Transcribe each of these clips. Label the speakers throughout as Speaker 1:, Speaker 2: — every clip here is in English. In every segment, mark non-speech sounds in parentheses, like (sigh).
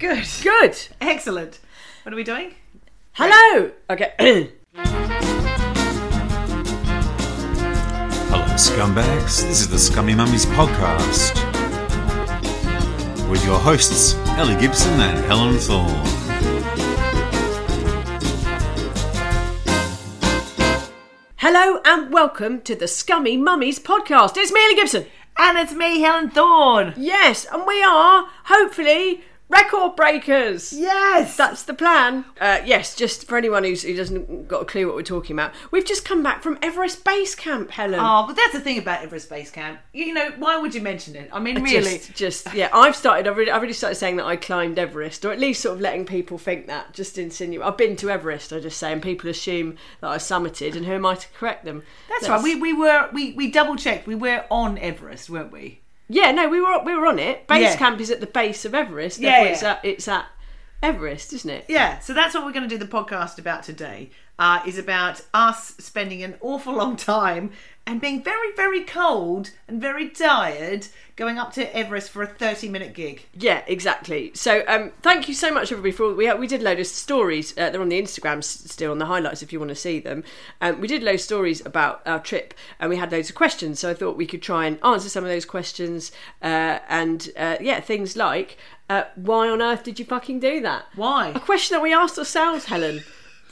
Speaker 1: Good.
Speaker 2: Good.
Speaker 1: Excellent. What are we doing?
Speaker 2: Hello. Okay. (clears throat)
Speaker 3: Hello, scumbags. This is the Scummy Mummies podcast with your hosts, Ellie Gibson and Helen Thorne.
Speaker 2: Hello and welcome to the Scummy Mummies podcast. It's me, Ellie Gibson.
Speaker 1: And it's me, Helen Thorne.
Speaker 2: Yes, and we are hopefully record breakers.
Speaker 1: Yes.
Speaker 2: That's the plan. Uh, yes, just for anyone who's, who doesn't got a clue what we're talking about, we've just come back from Everest Base Camp, Helen.
Speaker 1: Oh, but that's the thing about Everest Base Camp. You know, why would you mention it? I mean, really.
Speaker 2: Just, just yeah. I've started. I've really, I've really started saying that I climbed Everest, or at least sort of letting people think that. Just insinuate. I've been to Everest. I just say, and people assume that I summited, and who am I to correct them?
Speaker 1: that's right. We, we were we, we double checked. We were on Everest, weren't we?
Speaker 2: Yeah, no, we were we were on it. Base
Speaker 1: Yeah.
Speaker 2: camp is at the base of Everest.
Speaker 1: Yeah,
Speaker 2: therefore
Speaker 1: yeah.
Speaker 2: It's, at, it's at Everest, isn't it?
Speaker 1: Yeah. So that's what we're going to do the podcast about today. Uh, is about us spending an awful long time and being very very cold and very tired going up to Everest for a thirty minute gig.
Speaker 2: Yeah, exactly. So, um, thank you so much, everybody. For all, we we did a load of stories. Uh, they're on the Instagram s- still on the highlights if you want to see them. Um, we did a load of stories about our trip, and we had loads of questions. So I thought we could try and answer some of those questions. Uh, and uh, yeah, things like uh, why on earth did you fucking do that?
Speaker 1: Why?
Speaker 2: A question that we asked ourselves, Helen.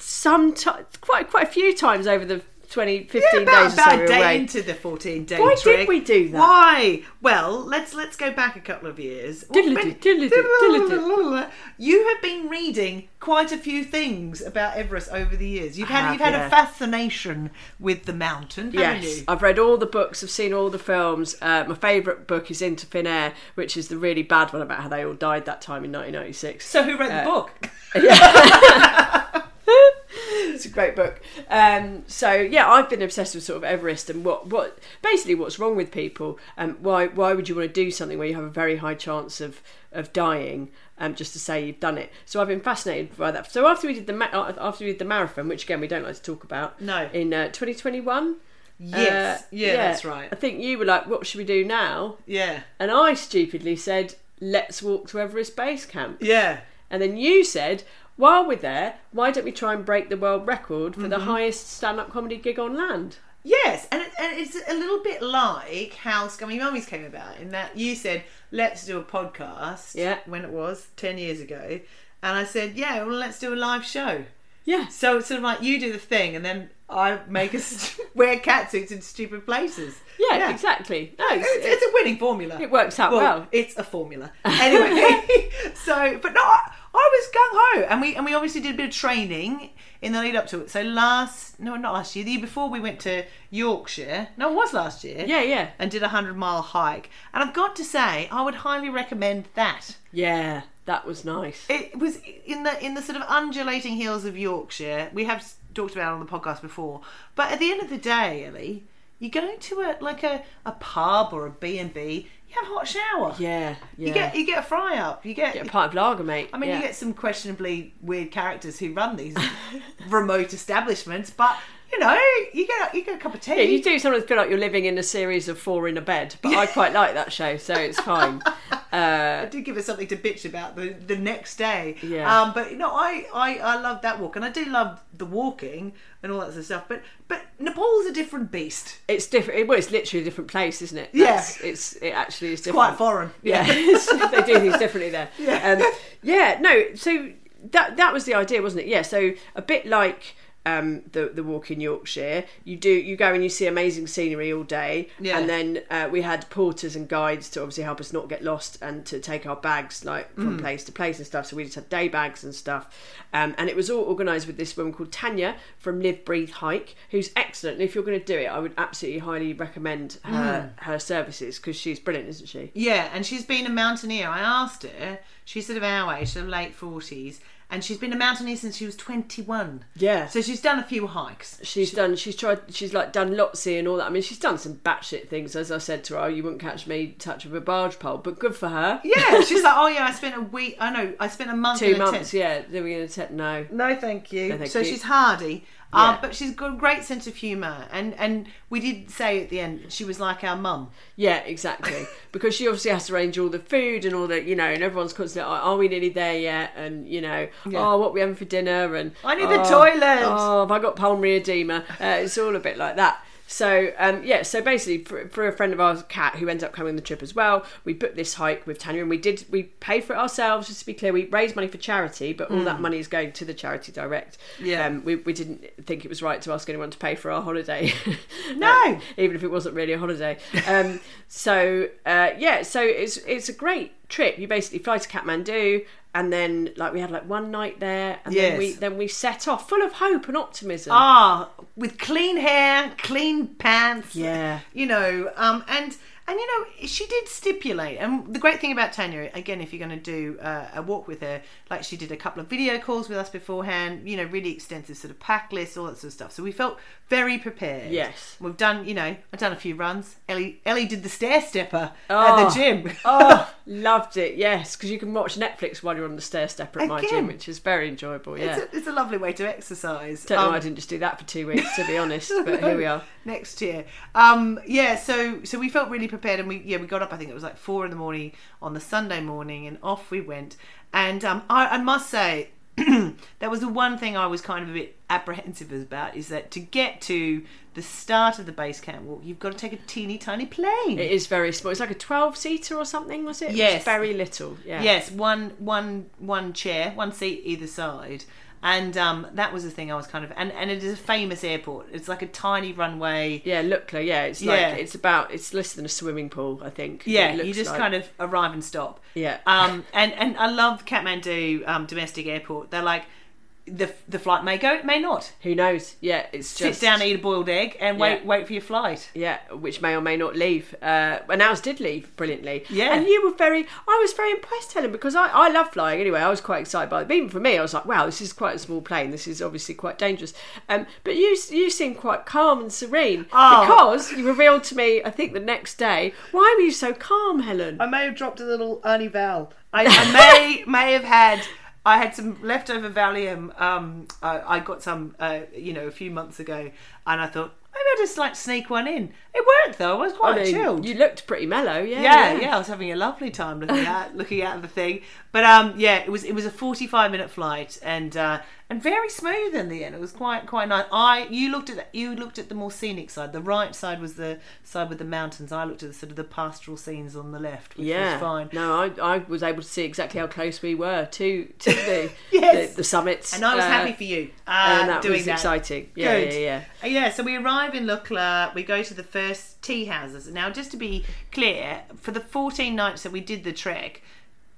Speaker 2: Some ti quite quite a few times over the 20, 15
Speaker 1: Yeah, about,
Speaker 2: days. or
Speaker 1: about
Speaker 2: so we
Speaker 1: a
Speaker 2: were
Speaker 1: day
Speaker 2: away.
Speaker 1: into the fourteen day.
Speaker 2: Why did
Speaker 1: trick.
Speaker 2: we do that?
Speaker 1: Why? Well, let's let's go back a couple of years.
Speaker 2: Diddle-a-doo,
Speaker 1: Well, when-
Speaker 2: diddle-a-doo,
Speaker 1: You have been reading quite a few things about Everest over the years. You've had
Speaker 2: have,
Speaker 1: you've had
Speaker 2: yeah.
Speaker 1: a fascination with the mountain, haven't
Speaker 2: Yes,
Speaker 1: you?
Speaker 2: I've read all the books, I've seen all the films. Uh, my favourite book is Into Thin Air, which is the really bad one about how they all died that time in 1996. (laughs)
Speaker 1: So who wrote the book?
Speaker 2: it's a great book. Um, so yeah, I've been obsessed with sort of Everest and what what basically what's wrong with people. Um, why why would you want to do something where you have a very high chance of of dying um, just to say you've done it? So I've been fascinated by that. So after we did the ma- uh, after we did the marathon, which again we don't like to talk about,
Speaker 1: No.
Speaker 2: in uh, 2021.
Speaker 1: Yes,
Speaker 2: uh,
Speaker 1: yeah, that's right.
Speaker 2: I think you were like, "What should we do now?"
Speaker 1: Yeah,
Speaker 2: And I stupidly said, let's walk to Everest Base Camp.
Speaker 1: yeah.
Speaker 2: And then you said, while we're there, why don't we try and break the world record for the
Speaker 1: Mm-hmm.
Speaker 2: highest stand up comedy gig on land?
Speaker 1: Yes, and, it, and it's a little bit like how Scummy Mummies came about in that you said, let's do a podcast.
Speaker 2: Yeah.
Speaker 1: When it was 10 years ago. And I said, yeah, well, let's do a live show.
Speaker 2: Yes.
Speaker 1: So it's sort of like you do the thing and then I make us (laughs) wear catsuits in stupid places.
Speaker 2: Yeah, exactly. No, it's-
Speaker 1: It's, it's a winning formula.
Speaker 2: It works out well.
Speaker 1: It's a formula.
Speaker 2: (laughs)
Speaker 1: Anyway, so but no, I, I was gung ho, and we and we obviously did a bit of training in the lead up to it. So last, no, not last year, the year before, we went to Yorkshire. No, it was last year.
Speaker 2: yeah, yeah.
Speaker 1: And did a hundred mile hike, and I've got to say, I would highly recommend that.
Speaker 2: Yeah, that was nice.
Speaker 1: It was in the in the sort of undulating hills of Yorkshire. We have s- talked about it on the podcast before, but at the end of the day, Ellie, you go to a like a, a pub or a B and B. You have a hot shower.
Speaker 2: yeah, yeah.
Speaker 1: You get you get a fry up. You get.
Speaker 2: Get a pint of lager, mate.
Speaker 1: I mean,
Speaker 2: Yeah.
Speaker 1: you get some questionably weird characters who run these (laughs) remote establishments, but you know, you get you get a cup of tea.
Speaker 2: Yeah,
Speaker 1: (laughs)
Speaker 2: you do sometimes feel like you're living in a series of four in a bed, but I quite like that show, so it's fine.
Speaker 1: it did give us something to bitch about the, the next day.
Speaker 2: Yeah.
Speaker 1: Um, but you know, I, I I love that walk, and I do love the walking and all that sort of stuff. But but Nepal's a different beast.
Speaker 2: It's different. Well, it's literally a different place, isn't it?
Speaker 1: Yeah.
Speaker 2: That's- It's it actually is different.
Speaker 1: quite foreign.
Speaker 2: Yeah, (laughs) they do things differently there. (laughs) Yeah. Um, yeah. No. So that that was the idea, wasn't it? Yeah. So a bit like. Um, the the walk in Yorkshire, you do you go and you see amazing scenery all day,
Speaker 1: Yeah.
Speaker 2: and then uh, we had porters and guides to obviously help us not get lost and to take our bags like from place to place and stuff. So we just had day bags and stuff, um, and it was all organised with this woman called Tanya from Live Breathe Hike, who's excellent. And if you're going to do it, I would absolutely highly recommend her her services because she's brilliant, isn't she?
Speaker 1: Yeah, and she's been a mountaineer. I asked her. She's sort of our age, sort of late forties, and she's been a mountaineer since she was twenty-one.
Speaker 2: Yeah.
Speaker 1: So she's done a few hikes.
Speaker 2: She's done. She's tried. She's like done Lotsie and all that. I mean, she's done some batshit things. As I said to her, oh, you wouldn't catch me touch with a barge pole, but good for her.
Speaker 1: Yeah. She's like, oh yeah, I spent a week. I know, I spent a month.
Speaker 2: two
Speaker 1: in a
Speaker 2: months.
Speaker 1: tent.
Speaker 2: Yeah, then we're gonna take no.
Speaker 1: No, thank you.
Speaker 2: No, thank
Speaker 1: so
Speaker 2: you.
Speaker 1: she's hardy, uh,
Speaker 2: Yeah.
Speaker 1: but she's got a great sense of humour, and and we did say at the end she was like our mum.
Speaker 2: Yeah,
Speaker 1: (laughs)
Speaker 2: exactly. because she obviously has to arrange all the food and all the, you know, and everyone's constantly, oh, are we nearly there yet? And you know, oh, what we having for dinner? And
Speaker 1: I need the
Speaker 2: "Oh,
Speaker 1: toilet."
Speaker 2: Oh, have I got pulmonary edema? Uh, it's all a bit like that. So um, yeah, so basically, for, for a friend of ours, Kat, who ends up coming on the trip as well, we booked this hike with Tanya, and we did we paid for it ourselves. Just to be clear, we raised money for charity, but all that money is going to the charity direct.
Speaker 1: Hmm. Yeah.
Speaker 2: um, we, we didn't think it was right to ask anyone to pay for our holiday. (laughs)
Speaker 1: No.
Speaker 2: even if it wasn't really a holiday. Um, so uh, yeah, so it's it's a great trip. You basically fly to Kathmandu, and then like we had like one night there, and then
Speaker 1: Yes.
Speaker 2: we then we set off full of hope and optimism.
Speaker 1: Ah, with clean hair, clean pants.
Speaker 2: Yeah.
Speaker 1: You know, um, and and you know, she did stipulate, and the great thing about Tanya, again, if you're going to do uh, a walk with her, like she did a couple of video calls with us beforehand. You know, really extensive sort of pack lists, all that sort of stuff. So we felt very prepared.
Speaker 2: Yes.
Speaker 1: We've done, you know, I've done a few runs. Ellie, Ellie did the stair stepper at the gym.
Speaker 2: oh,
Speaker 1: Ah.
Speaker 2: loved it. Yes, because you can watch Netflix while you're on the stair stepper at my
Speaker 1: Again.
Speaker 2: gym, which is very enjoyable. Yeah.
Speaker 1: (laughs) It's, a, it's a lovely way to exercise.
Speaker 2: Don't know
Speaker 1: Um,
Speaker 2: why I didn't just do that for two weeks, to be
Speaker 1: (laughs)
Speaker 2: honest. But here we are.
Speaker 1: next year. Um, yeah, so so we felt really prepared, and we yeah we got up. I think it was like four in the morning on the Sunday morning, and off we went. And um, I, I must say, (clears throat) that was the one thing I was kind of a bit apprehensive about is that to get to the start of the base camp walk, you've got to take a teeny tiny plane.
Speaker 2: It is very small. It's like a twelve-seater or something, was it? It was
Speaker 1: Yes.
Speaker 2: very little. Yeah.
Speaker 1: Yes, one one one chair, one seat either side. And um, that was the thing I was kind of and, and it is a famous airport. It's like a tiny runway.
Speaker 2: Yeah, Lukla. Yeah, it's like
Speaker 1: Yeah.
Speaker 2: it's about it's less than a swimming pool, I think.
Speaker 1: Yeah,
Speaker 2: it looks
Speaker 1: you just
Speaker 2: like.
Speaker 1: kind of arrive and stop.
Speaker 2: Yeah.
Speaker 1: Um, and and I love Kathmandu um, domestic airport. They're like, the the flight may go, it may not.
Speaker 2: who knows? Yeah, it's just
Speaker 1: Sit down, eat a boiled egg, and wait
Speaker 2: Yeah.
Speaker 1: wait for your flight.
Speaker 2: Yeah, which may or may not leave. Uh, and ours did leave brilliantly.
Speaker 1: Yeah.
Speaker 2: And you were very, I was very impressed, Helen, because I, I love flying anyway. I was quite excited by it. Even for me, I was like, wow, this is quite a small plane. This is obviously quite dangerous. Um, but you you seemed quite calm and serene
Speaker 1: Oh.
Speaker 2: because you revealed to me, I think the next day, why were you so calm, Helen?
Speaker 1: I may have dropped a little Ernie Val. I, (laughs) I may may have had. I had some leftover Valium. Um, I, I got some, uh, you know, a few months ago, and I thought maybe I'll just like sneak one in. It worked though. I was
Speaker 2: I
Speaker 1: quite
Speaker 2: mean,
Speaker 1: chilled.
Speaker 2: You looked pretty mellow, yeah.
Speaker 1: yeah, yeah, I was having a lovely time looking at looking at the thing. But um, yeah, it was it was a forty five minute flight and uh, and very smooth in the end. It was quite quite nice. I you looked at the, you looked at the more scenic side. The right side was the side with the mountains. I looked at the sort of the pastoral scenes on the left, which
Speaker 2: Yeah.
Speaker 1: was fine.
Speaker 2: No, I, I was able to see exactly how close we were to to the
Speaker 1: (laughs) Yes.
Speaker 2: the, the summits.
Speaker 1: And I was
Speaker 2: Uh,
Speaker 1: happy for you uh,
Speaker 2: and that
Speaker 1: doing
Speaker 2: was
Speaker 1: that.
Speaker 2: exciting. Yeah,
Speaker 1: Good.
Speaker 2: yeah, yeah.
Speaker 1: Uh, Yeah, so we arrive in Lukla, we go to the first tea houses. Now, just to be clear, for the 14 nights that we did the trek,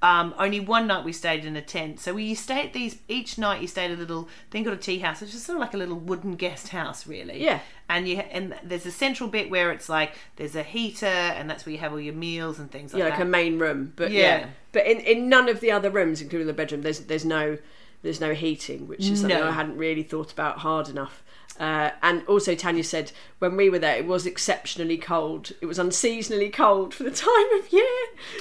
Speaker 1: um, only one night we stayed in a tent. So we stay at these, each night you stayed at a little thing called a tea house, which is sort of like a little wooden guest house, really.
Speaker 2: Yeah.
Speaker 1: And you and there's a central bit where it's like there's a heater, and that's where you have all your meals and things like
Speaker 2: yeah,
Speaker 1: that.
Speaker 2: like a main room. But yeah,
Speaker 1: Yeah.
Speaker 2: but in, in none of the other rooms, including the bedroom, there's there's no there's no heating, which is something
Speaker 1: No.
Speaker 2: I hadn't really thought about hard enough. Uh, and also, Tanya said when we were there, it was exceptionally cold. It was unseasonally cold for the (laughs) time of year.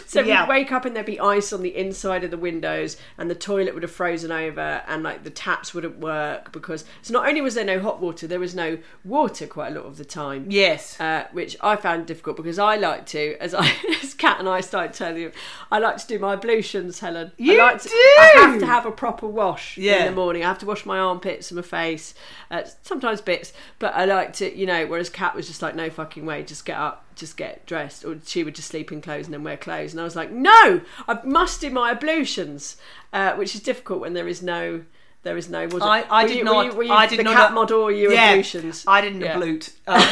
Speaker 2: So
Speaker 1: Yeah.
Speaker 2: we'd wake up and there'd be ice on the inside of the windows, and the toilet would have frozen over, and like the taps wouldn't work because so not only was there no hot water, there was no water quite a lot of the time
Speaker 1: Yes.
Speaker 2: uh, which I found difficult because I like to, as I, (laughs) as Kat and I started telling you, I like to do my ablutions, Helen.
Speaker 1: You
Speaker 2: I like to,
Speaker 1: do?
Speaker 2: I have to have a proper wash in
Speaker 1: Yeah.
Speaker 2: the morning. I have to wash my armpits and my face, uh, sometimes bits, but I like to, you know. Whereas Kat was just like, no fucking way, just get up, just get dressed, or she would just sleep in clothes and then wear clothes, and I was like, no, I must do my ablutions, uh, which is difficult when there is no. There is no. Was it-
Speaker 1: I, I
Speaker 2: were
Speaker 1: did
Speaker 2: you- were
Speaker 1: not.
Speaker 2: you- were you
Speaker 1: I did
Speaker 2: the
Speaker 1: not.
Speaker 2: cat model or you
Speaker 1: yeah,
Speaker 2: ablutions?
Speaker 1: I didn't
Speaker 2: Yeah. (laughs)
Speaker 1: ablute. Um,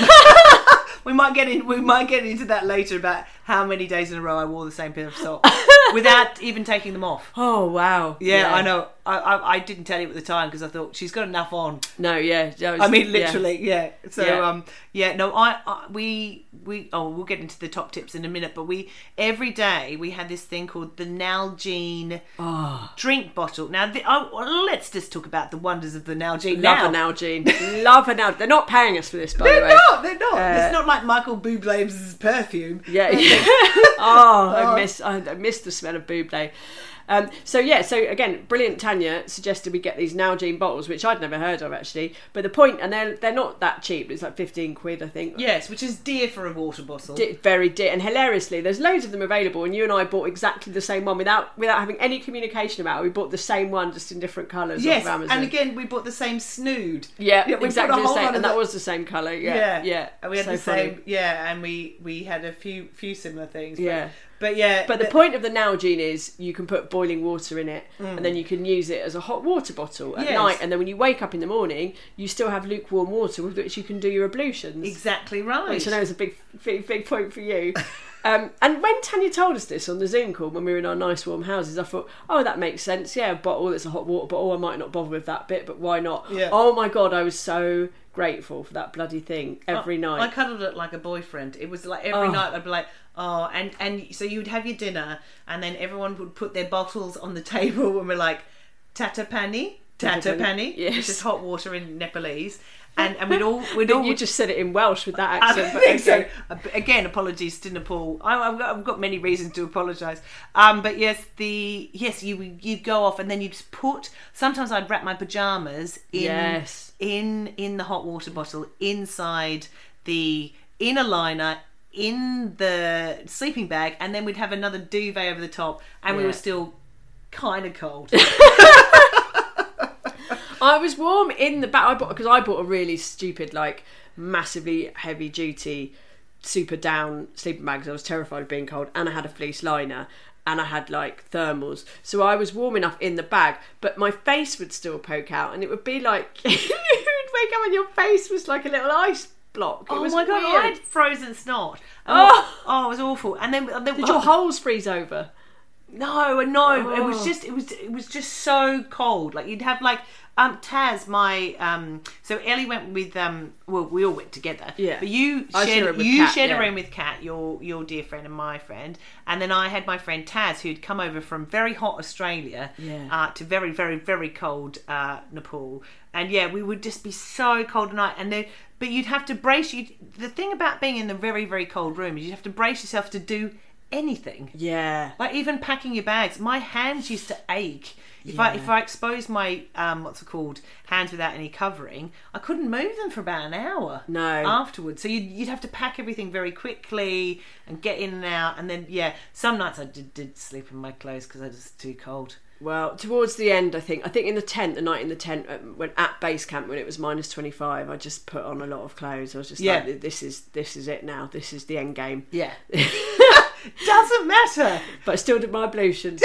Speaker 1: we might get in. We might get into that later about how many days in a row I wore the same pair
Speaker 2: (laughs)
Speaker 1: of socks without even taking them off.
Speaker 2: Oh wow!
Speaker 1: Yeah, I know. I, I I didn't tell you at the time because I thought she's got enough on.
Speaker 2: No, yeah. that was-
Speaker 1: I mean,
Speaker 2: yeah.
Speaker 1: literally, yeah. So,
Speaker 2: Yeah.
Speaker 1: um, yeah, no, I, I, we, we, oh, we'll get into the top tips in a minute, but we, every day we had this thing called the Nalgene
Speaker 2: Ah.
Speaker 1: drink bottle. Now, the, oh, well, let's just talk about the wonders of the Nalgene.
Speaker 2: Love an
Speaker 1: now. (laughs)
Speaker 2: Algene. Love an Algene. They're not paying us for this, by the
Speaker 1: They're
Speaker 2: way.
Speaker 1: not, they're not. it's not like Michael Bublé's perfume.
Speaker 2: Yeah.
Speaker 1: (laughs)
Speaker 2: oh, I miss I, I miss the smell of buble. Um, so yeah, so again, brilliant Tanya suggested we get these Nalgene bottles, which I'd never heard of actually. But the point, and they're they're not that cheap. It's like fifteen quid, I think.
Speaker 1: Yes, which is dear for a water bottle.
Speaker 2: Di- very dear and hilariously there's loads of them available and you and i bought exactly the same one without without having any communication about it we bought the same one just in different colors
Speaker 1: yes,
Speaker 2: off Amazon.
Speaker 1: and again, we bought the same snood.
Speaker 2: yeah,
Speaker 1: we bought a
Speaker 2: exactly the
Speaker 1: whole
Speaker 2: same
Speaker 1: lot of
Speaker 2: and that
Speaker 1: the-
Speaker 2: was the same color yeah yeah,
Speaker 1: yeah,
Speaker 2: yeah.
Speaker 1: and we had
Speaker 2: So
Speaker 1: the
Speaker 2: funny.
Speaker 1: same, yeah, and we we had a few few similar things. But,
Speaker 2: Yeah.
Speaker 1: but yeah,
Speaker 2: But the point of the Nalgene is you can put boiling water in it and then you can use it as a hot water bottle at
Speaker 1: Mm. Yes.
Speaker 2: night. And then when you wake up in the morning, you still have lukewarm water with which you can do your ablutions.
Speaker 1: exactly right.
Speaker 2: Which I know is a big, big, big point for you. (laughs) um, and when Tanya told us this on the Zoom call when we were in our nice warm houses, I thought, oh, that makes sense. Yeah, a bottle that's a hot water bottle. I might not bother with that bit, but why not?
Speaker 1: Yeah.
Speaker 2: Oh my God, I was so grateful for that bloody thing every night.
Speaker 1: Oh, I cuddled it like a boyfriend. It was like every night I'd be like, oh, and and so you'd have your dinner, and then everyone would put their bottles on the (laughs) table, and we're like, tatapani, tatapani,
Speaker 2: Yes.
Speaker 1: which is hot water
Speaker 2: (laughs)
Speaker 1: in Nepalese, and and we'd all we'd all
Speaker 2: you just said it in Welsh with that
Speaker 1: I
Speaker 2: accent. but
Speaker 1: think so.
Speaker 2: okay.
Speaker 1: Ab- Again, apologies to Nepal. I, I've, got, I've got many reasons to apologise. Um, but yes, the yes, you you go off and then you just put. Sometimes I'd wrap my pajamas in
Speaker 2: Yes.
Speaker 1: in in the hot water bottle inside the inner liner in the sleeping bag, and then we'd have another duvet over the top, and we
Speaker 2: Yeah.
Speaker 1: were still kind of (laughs) cold.
Speaker 2: I was warm in the back. I bought because I bought a really stupid, like massively heavy duty, super down sleeping bag 'cause I was terrified of being cold, and I had a fleece liner. And I had like thermals, so I was warm enough in the bag, but my face would still poke out, and it would be like (laughs) you'd wake up and your face was like a little ice block. It
Speaker 1: oh
Speaker 2: was
Speaker 1: my god, I
Speaker 2: weird.
Speaker 1: had frozen snot.
Speaker 2: Oh.
Speaker 1: Oh, oh, it was awful. And then, and then
Speaker 2: Did your holes freeze over?
Speaker 1: No, no, it
Speaker 2: Oh.
Speaker 1: was just it was it was just so cold. Like you'd have like um Taz, my um so Ellie went with um well we all went together.
Speaker 2: Yeah.
Speaker 1: But you
Speaker 2: I share it
Speaker 1: shared
Speaker 2: with
Speaker 1: you
Speaker 2: Kat,
Speaker 1: shared
Speaker 2: yeah.
Speaker 1: a room with Kat, your your dear friend and my friend. And then I had my friend Taz who'd come over from very hot Australia
Speaker 2: Yeah.
Speaker 1: uh, to very, very, very cold uh Nepal. And yeah, we would just be so cold at night and then but you'd have to brace you the thing about being in the very, very cold room is you'd have to brace yourself to do anything.
Speaker 2: Yeah,
Speaker 1: Like even packing your bags, my hands used to ache. If I if I exposed my um, what's it called hands without any covering, I couldn't move them for about an hour.
Speaker 2: No.
Speaker 1: afterwards, so you'd, you'd have to pack everything very quickly and get in and out, and then yeah, some nights I did, did sleep in my clothes because I was just too cold.
Speaker 2: Well, towards the end, I think I think in the tent, the night in the tent, um, when at base camp when it was minus twenty five, I just put on a lot of clothes. I was just
Speaker 1: Yeah.
Speaker 2: like, this is this is it now. This is the end game.
Speaker 1: Yeah, doesn't (laughs) matter.
Speaker 2: (laughs) But I still did my
Speaker 1: (laughs)
Speaker 2: ablutions.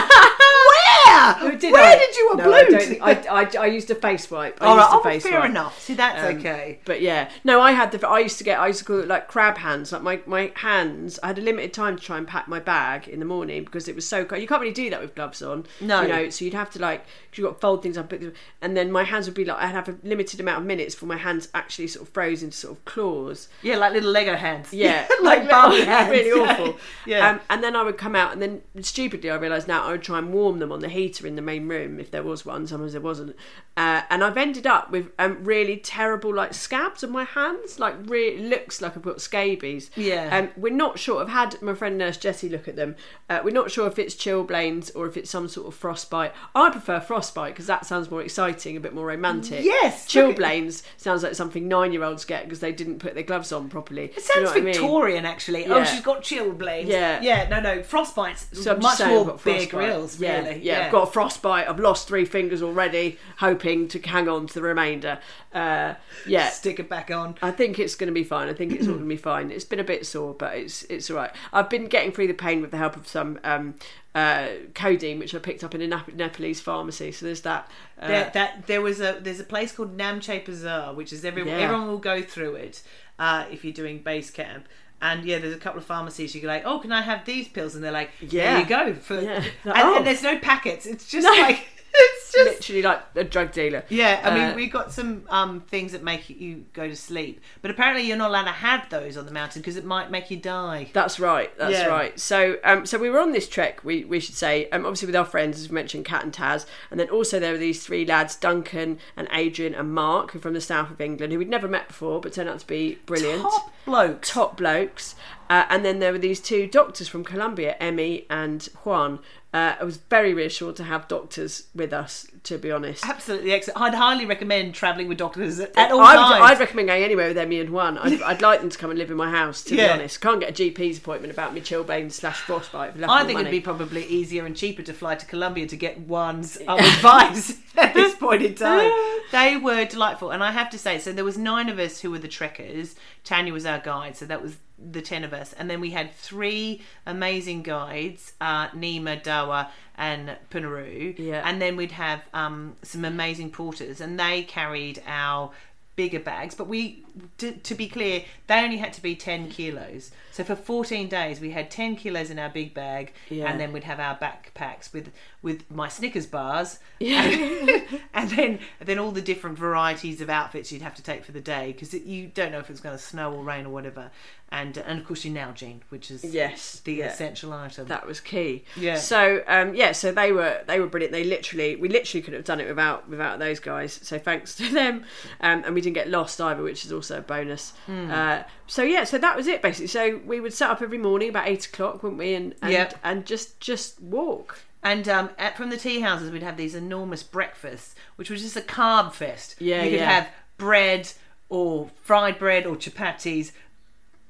Speaker 1: Where?
Speaker 2: Who did
Speaker 1: Where
Speaker 2: I?
Speaker 1: did you
Speaker 2: No, I,
Speaker 1: ablute? (laughs)
Speaker 2: don't- I, I, I used a face wipe. I
Speaker 1: All right,
Speaker 2: used a
Speaker 1: oh,
Speaker 2: face
Speaker 1: fair
Speaker 2: wipe.
Speaker 1: enough. See, that's
Speaker 2: Um,
Speaker 1: okay.
Speaker 2: But yeah, no, I had the. I used to get. I used to call it like crab hands. Like my my hands. I had a limited time to try and pack my bag in the morning because it was so cold. You can't really do that with gloves on.
Speaker 1: No.
Speaker 2: you know. So you'd have to like you you've got to fold things up, put them- and then my hands would be like I'd have a limited amount of minutes for my hands actually sort of froze into sort of claws.
Speaker 1: Yeah, like little Lego (laughs) hands.
Speaker 2: (laughs) Yeah,
Speaker 1: like Barbie (laughs)
Speaker 2: little-
Speaker 1: hands.
Speaker 2: really awful.
Speaker 1: (laughs) Yeah.
Speaker 2: Um, and then I would come out, and then stupidly I realised now I would try and warm them on the heater heater in the main room if there was one. Sometimes there wasn't. Uh, and I've ended up with um, really terrible like scabs on my hands. Like re- it looks like I've got scabies.
Speaker 1: Yeah.
Speaker 2: Um, we're not sure. I've had my friend Nurse Jessie look at them. Uh, we're not sure if it's chilblains or if it's some sort of frostbite. I prefer frostbite because that sounds more exciting, a bit more romantic.
Speaker 1: Yes, look at-
Speaker 2: Chilblains sounds like something nine-year-olds get because they didn't put their gloves on properly.
Speaker 1: It sounds
Speaker 2: I mean?
Speaker 1: Victorian, actually. Oh,
Speaker 2: Yeah.
Speaker 1: she's got chilblains.
Speaker 2: Yeah.
Speaker 1: yeah. No, no, frostbites.
Speaker 2: So I'm just
Speaker 1: much
Speaker 2: saying I've
Speaker 1: more
Speaker 2: got
Speaker 1: beer
Speaker 2: frostbite.
Speaker 1: grills,
Speaker 2: yeah,
Speaker 1: really.
Speaker 2: Yeah, I've got a frostbite. I've lost three fingers already, hoping to hang on to the remainder. Uh, yeah,
Speaker 1: stick it back on.
Speaker 2: I think it's going to be fine. I think it's all going to be fine. It's been a bit sore, but it's it's all right. I've been getting through the pain with the help of some um, uh, codeine, which I picked up in a Nap- Nepalese pharmacy. So there's that. Uh,
Speaker 1: there, that there was a there's a place called Namche Bazaar, which is everyone
Speaker 2: Yeah.
Speaker 1: everyone will go through it uh, if you're doing base camp. And yeah, there's a couple of pharmacies you go like, oh, can I have these pills? And they're like,
Speaker 2: Yeah.
Speaker 1: there you go. For
Speaker 2: Yeah.
Speaker 1: and,
Speaker 2: Oh.
Speaker 1: and there's no packets. It's just
Speaker 2: No.
Speaker 1: like (laughs) it's just
Speaker 2: literally like a drug dealer.
Speaker 1: yeah. I
Speaker 2: Uh,
Speaker 1: mean, we got some um, things that make you go to sleep, but apparently you're not allowed to have those on the mountain because it might make you die.
Speaker 2: That's right. That's
Speaker 1: Yeah.
Speaker 2: right. So, um, so we were on this trek. We we should say, um, obviously with our friends, as we mentioned, Kat and Taz, and then also there were these three lads, Duncan and Adrian and Mark, who are from the south of England, who we'd never met before, but turned out to be brilliant,
Speaker 1: Top blokes.
Speaker 2: top blokes. Uh, and then there were these two doctors from Colombia, Emmy and Juan. Uh, I was very reassured to have doctors with us, to be honest.
Speaker 1: Absolutely excellent. I'd highly recommend traveling with doctors at, at all
Speaker 2: I would,
Speaker 1: times.
Speaker 2: I'd recommend going anywhere with Emmy and Juan. I'd, I'd like them to come and live in my house, to
Speaker 1: Yeah.
Speaker 2: be honest. Can't get a GP's appointment about me chilblains slash frostbite. for lack
Speaker 1: I
Speaker 2: of
Speaker 1: think
Speaker 2: money.
Speaker 1: it'd be probably easier and cheaper to fly to Colombia to get one's um, (laughs) advice at this point in time. (laughs) They were delightful, and I have to say, so there was nine of us who were the trekkers. Tanya was our guide, so that was the ten of us, and then we had three amazing guides: uh, Nima, Dawa, and Punaru.
Speaker 2: Yeah.
Speaker 1: and then we'd have um, some
Speaker 2: Mm.
Speaker 1: amazing porters, and they carried our bigger bags but we to, to be clear they only had to be 10 kilos so for 14 days we had 10 kilos in our big bag
Speaker 2: Yeah.
Speaker 1: and then we'd have our backpacks with with my snickers bars and, (laughs) and then and then all the different varieties of outfits you'd have to take for the day because you don't know if it's going to snow or rain or whatever and and of course your Nalgene which is
Speaker 2: Yes,
Speaker 1: the
Speaker 2: yeah.
Speaker 1: essential item
Speaker 2: that was key.
Speaker 1: Yeah.
Speaker 2: So um, yeah, so they were they were brilliant. They literally we literally could have done it without without those guys. So thanks to them, um, and we didn't get lost either, which is also a bonus.
Speaker 1: Hmm.
Speaker 2: Uh, so yeah, so that was it basically. So we would set up every morning about eight o'clock, wouldn't we? And and,
Speaker 1: Yep.
Speaker 2: and just just walk.
Speaker 1: And um, at, from the tea houses, we'd have these enormous breakfasts, which was just a carb fest.
Speaker 2: Yeah,
Speaker 1: you could
Speaker 2: yeah.
Speaker 1: have bread or fried bread or chapatis,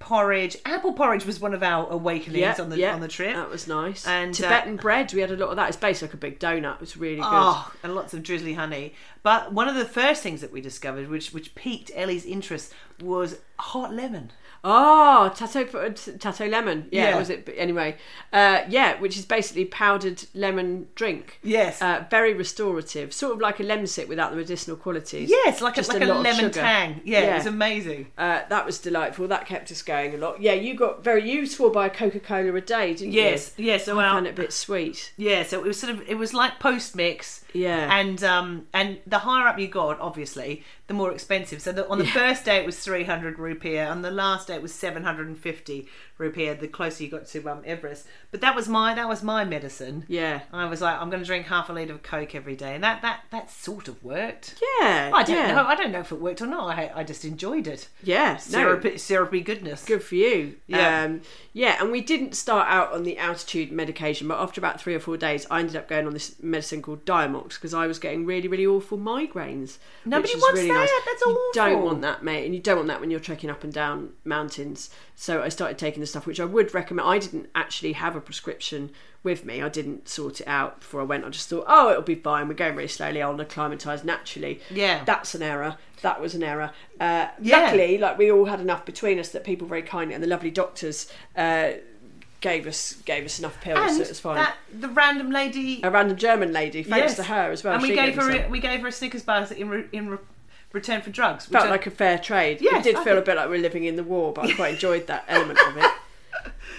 Speaker 1: porridge. Apple porridge was one of our awakenings
Speaker 2: Yeah,
Speaker 1: on the
Speaker 2: yeah,
Speaker 1: on the trip.
Speaker 2: that was nice.
Speaker 1: And, uh,
Speaker 2: Tibetan bread, we had a lot of that. It's basically like a big donut. It was really good.
Speaker 1: Oh, and lots of drizzly honey. But one of the first things that we discovered, which which piqued Ellie's interest, was hot lemon.
Speaker 2: Oh, tato tato lemon. Yeah,
Speaker 1: Yeah.
Speaker 2: was it? But anyway, uh, yeah, which is basically powdered lemon drink.
Speaker 1: Yes.
Speaker 2: uh, very restorative, sort of like a lemon sit without the medicinal qualities.
Speaker 1: Yes, like a,
Speaker 2: Just
Speaker 1: like a,
Speaker 2: lot of
Speaker 1: lemon
Speaker 2: sugar.
Speaker 1: tang. Yeah, it was amazing.
Speaker 2: Uh, that was delightful. That kept us going a lot. Yeah, you got very. You swore by a Coca Cola a day, didn't you?
Speaker 1: Yes, yes. So
Speaker 2: I
Speaker 1: our-
Speaker 2: found it a bit sweet.
Speaker 1: Yeah, so it was sort of it was like post mix.
Speaker 2: Yeah.
Speaker 1: And um and the higher up you got, obviously, the more expensive. So the, on the first day it was three hundred rupiah, on the last day it was seven hundred and fifty rupiah. The closer you got to um Everest, but that was my that was my medicine.
Speaker 2: Yeah.
Speaker 1: I was like, I'm going to drink half a liter of Coke every day, and that that that sort of worked.
Speaker 2: Yeah,
Speaker 1: I don't
Speaker 2: yeah.
Speaker 1: know. I don't know if it worked or not. I I just enjoyed it.
Speaker 2: Yeah, no,
Speaker 1: Syrupy, syrupy goodness.
Speaker 2: good for you.
Speaker 1: Yeah.
Speaker 2: Um, yeah, and we didn't start out on the altitude medication, but after about three or four days, I ended up going on this medicine called Diamox because I was getting really, really awful migraines.
Speaker 1: Nobody
Speaker 2: which is
Speaker 1: wants
Speaker 2: really
Speaker 1: that.
Speaker 2: Nice.
Speaker 1: That's
Speaker 2: you don't
Speaker 1: awful.
Speaker 2: want that, mate, and you don't want that when you're trekking up and down mountains. So I started taking the stuff, which I would recommend. I didn't actually have a prescription with me. I didn't sort it out before I went. I just thought, oh, it'll be fine. We're going really slowly. I'll acclimatise naturally.
Speaker 1: Yeah.
Speaker 2: that's an error. That was an error. Uh,
Speaker 1: Yeah.
Speaker 2: Luckily, like we all had enough between us that people very kindly and the lovely doctors uh, gave us gave us enough pills,
Speaker 1: and
Speaker 2: so it was fine.
Speaker 1: that the random lady
Speaker 2: a random German lady, thanks
Speaker 1: Yes.
Speaker 2: to her as well.
Speaker 1: And we
Speaker 2: she
Speaker 1: gave her
Speaker 2: us
Speaker 1: a,
Speaker 2: some.
Speaker 1: we gave her a Snickers bar in re, in re, return for drugs. Which
Speaker 2: felt
Speaker 1: I-
Speaker 2: like a fair trade.
Speaker 1: Yes,
Speaker 2: it did
Speaker 1: I
Speaker 2: feel a
Speaker 1: think-
Speaker 2: bit like we were living in the war, but I quite enjoyed that element of
Speaker 1: (laughs)
Speaker 2: it.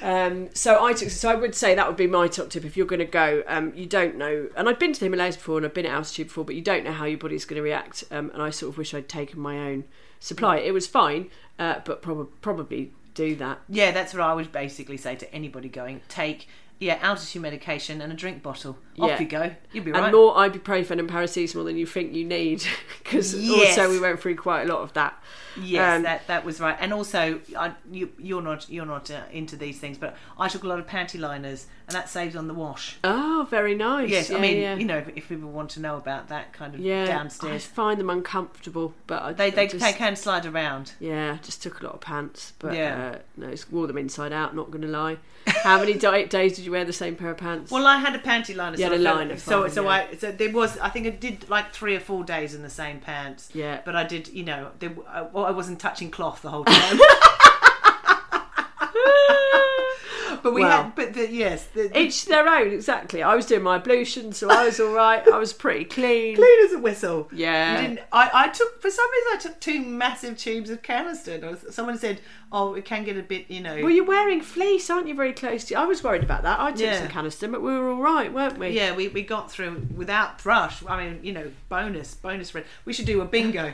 Speaker 2: Um, so I took. So I would say that would be my top tip. If you're going to go, um, you don't know. And I've been to the Himalayas before, and I've been at altitude before, but you don't know how your body's going to react. Um, and I sort of wish I'd taken my own supply. It was fine, uh, but prob- probably do that.
Speaker 1: yeah, that's what I would basically say to anybody going. Take yeah, altitude medication and a drink bottle.
Speaker 2: Yeah.
Speaker 1: Off you go. You'll be
Speaker 2: and
Speaker 1: right.
Speaker 2: more ibuprofen and paracetamol than you think you need (laughs) because
Speaker 1: Yes.
Speaker 2: also we went through quite a lot of that
Speaker 1: Yes,
Speaker 2: Um,
Speaker 1: that that was right. And also, I, you, you're not you're not uh, into these things, but I took a lot of panty liners, and that saved on the wash.
Speaker 2: oh very nice
Speaker 1: Yes, I
Speaker 2: Yeah,
Speaker 1: mean,
Speaker 2: yeah.
Speaker 1: you know, if, if people want to know about that kind of
Speaker 2: yeah I
Speaker 1: downstairs,
Speaker 2: find them uncomfortable but I,
Speaker 1: they they,
Speaker 2: I just,
Speaker 1: they can slide around.
Speaker 2: yeah just took a lot of pants but
Speaker 1: Yeah.
Speaker 2: uh, no just wore them inside out not gonna lie how many di- (laughs) days did you wear the same pair of pants
Speaker 1: Well, I had a panty liner.
Speaker 2: You had
Speaker 1: so
Speaker 2: a
Speaker 1: I felt-
Speaker 2: liner
Speaker 1: So
Speaker 2: fine,
Speaker 1: so
Speaker 2: yeah.
Speaker 1: I so there was. I think I did like three or four days in the same pants.
Speaker 2: Yeah.
Speaker 1: But I did, you know, there, I, well, I wasn't touching cloth the
Speaker 2: (laughs)
Speaker 1: whole time. but we
Speaker 2: Well.
Speaker 1: had. But the, yes, the, the
Speaker 2: each their own exactly I was doing my ablution so I was alright I was pretty clean
Speaker 1: clean as a whistle.
Speaker 2: Yeah.
Speaker 1: You didn't, I, I took for some reason I took two massive tubes of canister. Or someone said, "Oh, it can get a bit, you know."
Speaker 2: well, you're wearing fleece, aren't you? Very close to. I was worried about that. I took
Speaker 1: Yeah.
Speaker 2: some canister, but we were all right, weren't we?
Speaker 1: yeah, we, we got through without thrush. I mean, you know, bonus, bonus. red. We should do
Speaker 2: (laughs)
Speaker 1: a bingo.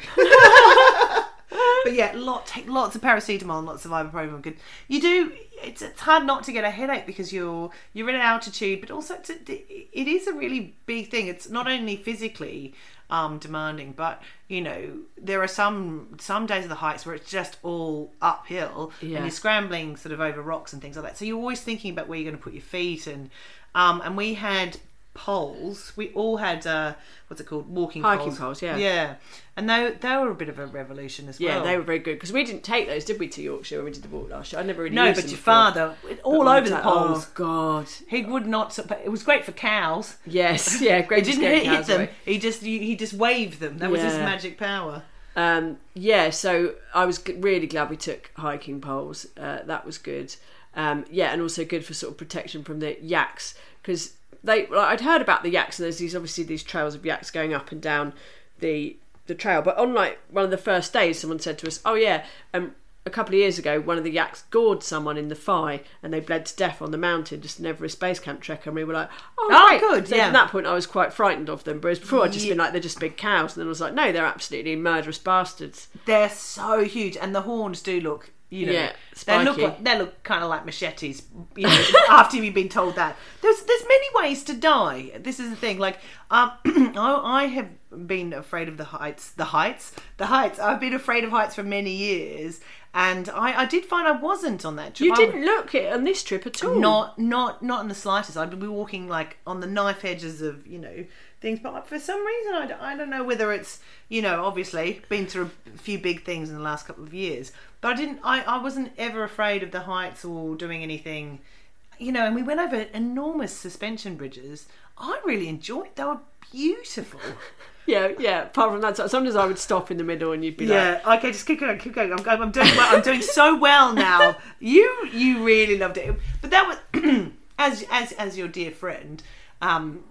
Speaker 1: but yeah, lot take lots of paracetamol, and lots of ibuprofen. Good. You do. It's, it's hard not to get a headache because you're you're in altitude, but also it's a, it is a really big thing. It's not only physically um, demanding, but you know there are some some days of the heights where it's just all uphill
Speaker 2: Yeah.
Speaker 1: and you're scrambling sort of over rocks and things like that. So you're always thinking about where you're going to put your feet and um, and we had poles. We all had uh, what's it called walking
Speaker 2: Hiking
Speaker 1: poles.
Speaker 2: poles, yeah.
Speaker 1: yeah. And they they were a bit of a revolution as
Speaker 2: Yeah,
Speaker 1: well.
Speaker 2: they were very good because we didn't take those, did we, to Yorkshire when we did the walk last year? I never really
Speaker 1: No,
Speaker 2: used
Speaker 1: but
Speaker 2: them
Speaker 1: your
Speaker 2: before.
Speaker 1: father all
Speaker 2: But
Speaker 1: over the
Speaker 2: my dad-
Speaker 1: poles.
Speaker 2: Oh God!
Speaker 1: He would not. sup- It was great for cows.
Speaker 2: Yes, (laughs) yeah,
Speaker 1: He
Speaker 2: great.
Speaker 1: didn't
Speaker 2: escape
Speaker 1: hit, hit
Speaker 2: cows,
Speaker 1: them.
Speaker 2: right?
Speaker 1: He just he he just waved them. That was his
Speaker 2: Yeah.
Speaker 1: magic power.
Speaker 2: Um, yeah, so I was g- really glad we took hiking poles. Uh, that was good. Um, yeah, and also good for sort of protection from the yaks because they. Well, I'd heard about the yaks and there's these obviously these trails of yaks going up and down the the trail. But on like one of the first days, someone said to us, "Oh yeah, um, a couple of years ago, one of the yaks gored someone in the thigh and they bled to death on the mountain just in Everest Base Camp trek. And we were like, oh,
Speaker 1: Oh,
Speaker 2: great.
Speaker 1: good,
Speaker 2: So
Speaker 1: yeah.
Speaker 2: from that point, I was quite frightened of them. Whereas before, I'd just been like, they're just big cows. And then I was like, no, they're absolutely murderous bastards.
Speaker 1: They're so huge, and the horns do look. You know,
Speaker 2: Yeah,
Speaker 1: they look
Speaker 2: spiky.
Speaker 1: like, they look kind of like machetes. You know, (laughs) after you've been told that, there's there's many ways to die. This is the thing. Like, um, (clears throat) I, I have been afraid of the heights, the heights, the heights. I've been afraid of heights for many years, and I, I did find I wasn't on that trip.
Speaker 2: You
Speaker 1: I-
Speaker 2: didn't look it on this trip at all.
Speaker 1: Not, not, not in the slightest. I'd be walking like on the knife edges of you know things, but for some reason I, don't- I don't know whether it's you know obviously been through a few big things in the last couple of years, but I didn't. I, I wasn't ever afraid of the heights or doing anything, you know. And we went over enormous suspension bridges. I really enjoyed. They were beautiful.
Speaker 2: Yeah, yeah. Apart from that, so- sometimes I would stop in the middle and you'd be like,
Speaker 1: Yeah. Okay. Just keep going. Keep going. I'm, going- I'm doing. Well, I'm doing so well now. You you really loved it. But that was (clears throat) as as as your dear friend. Um,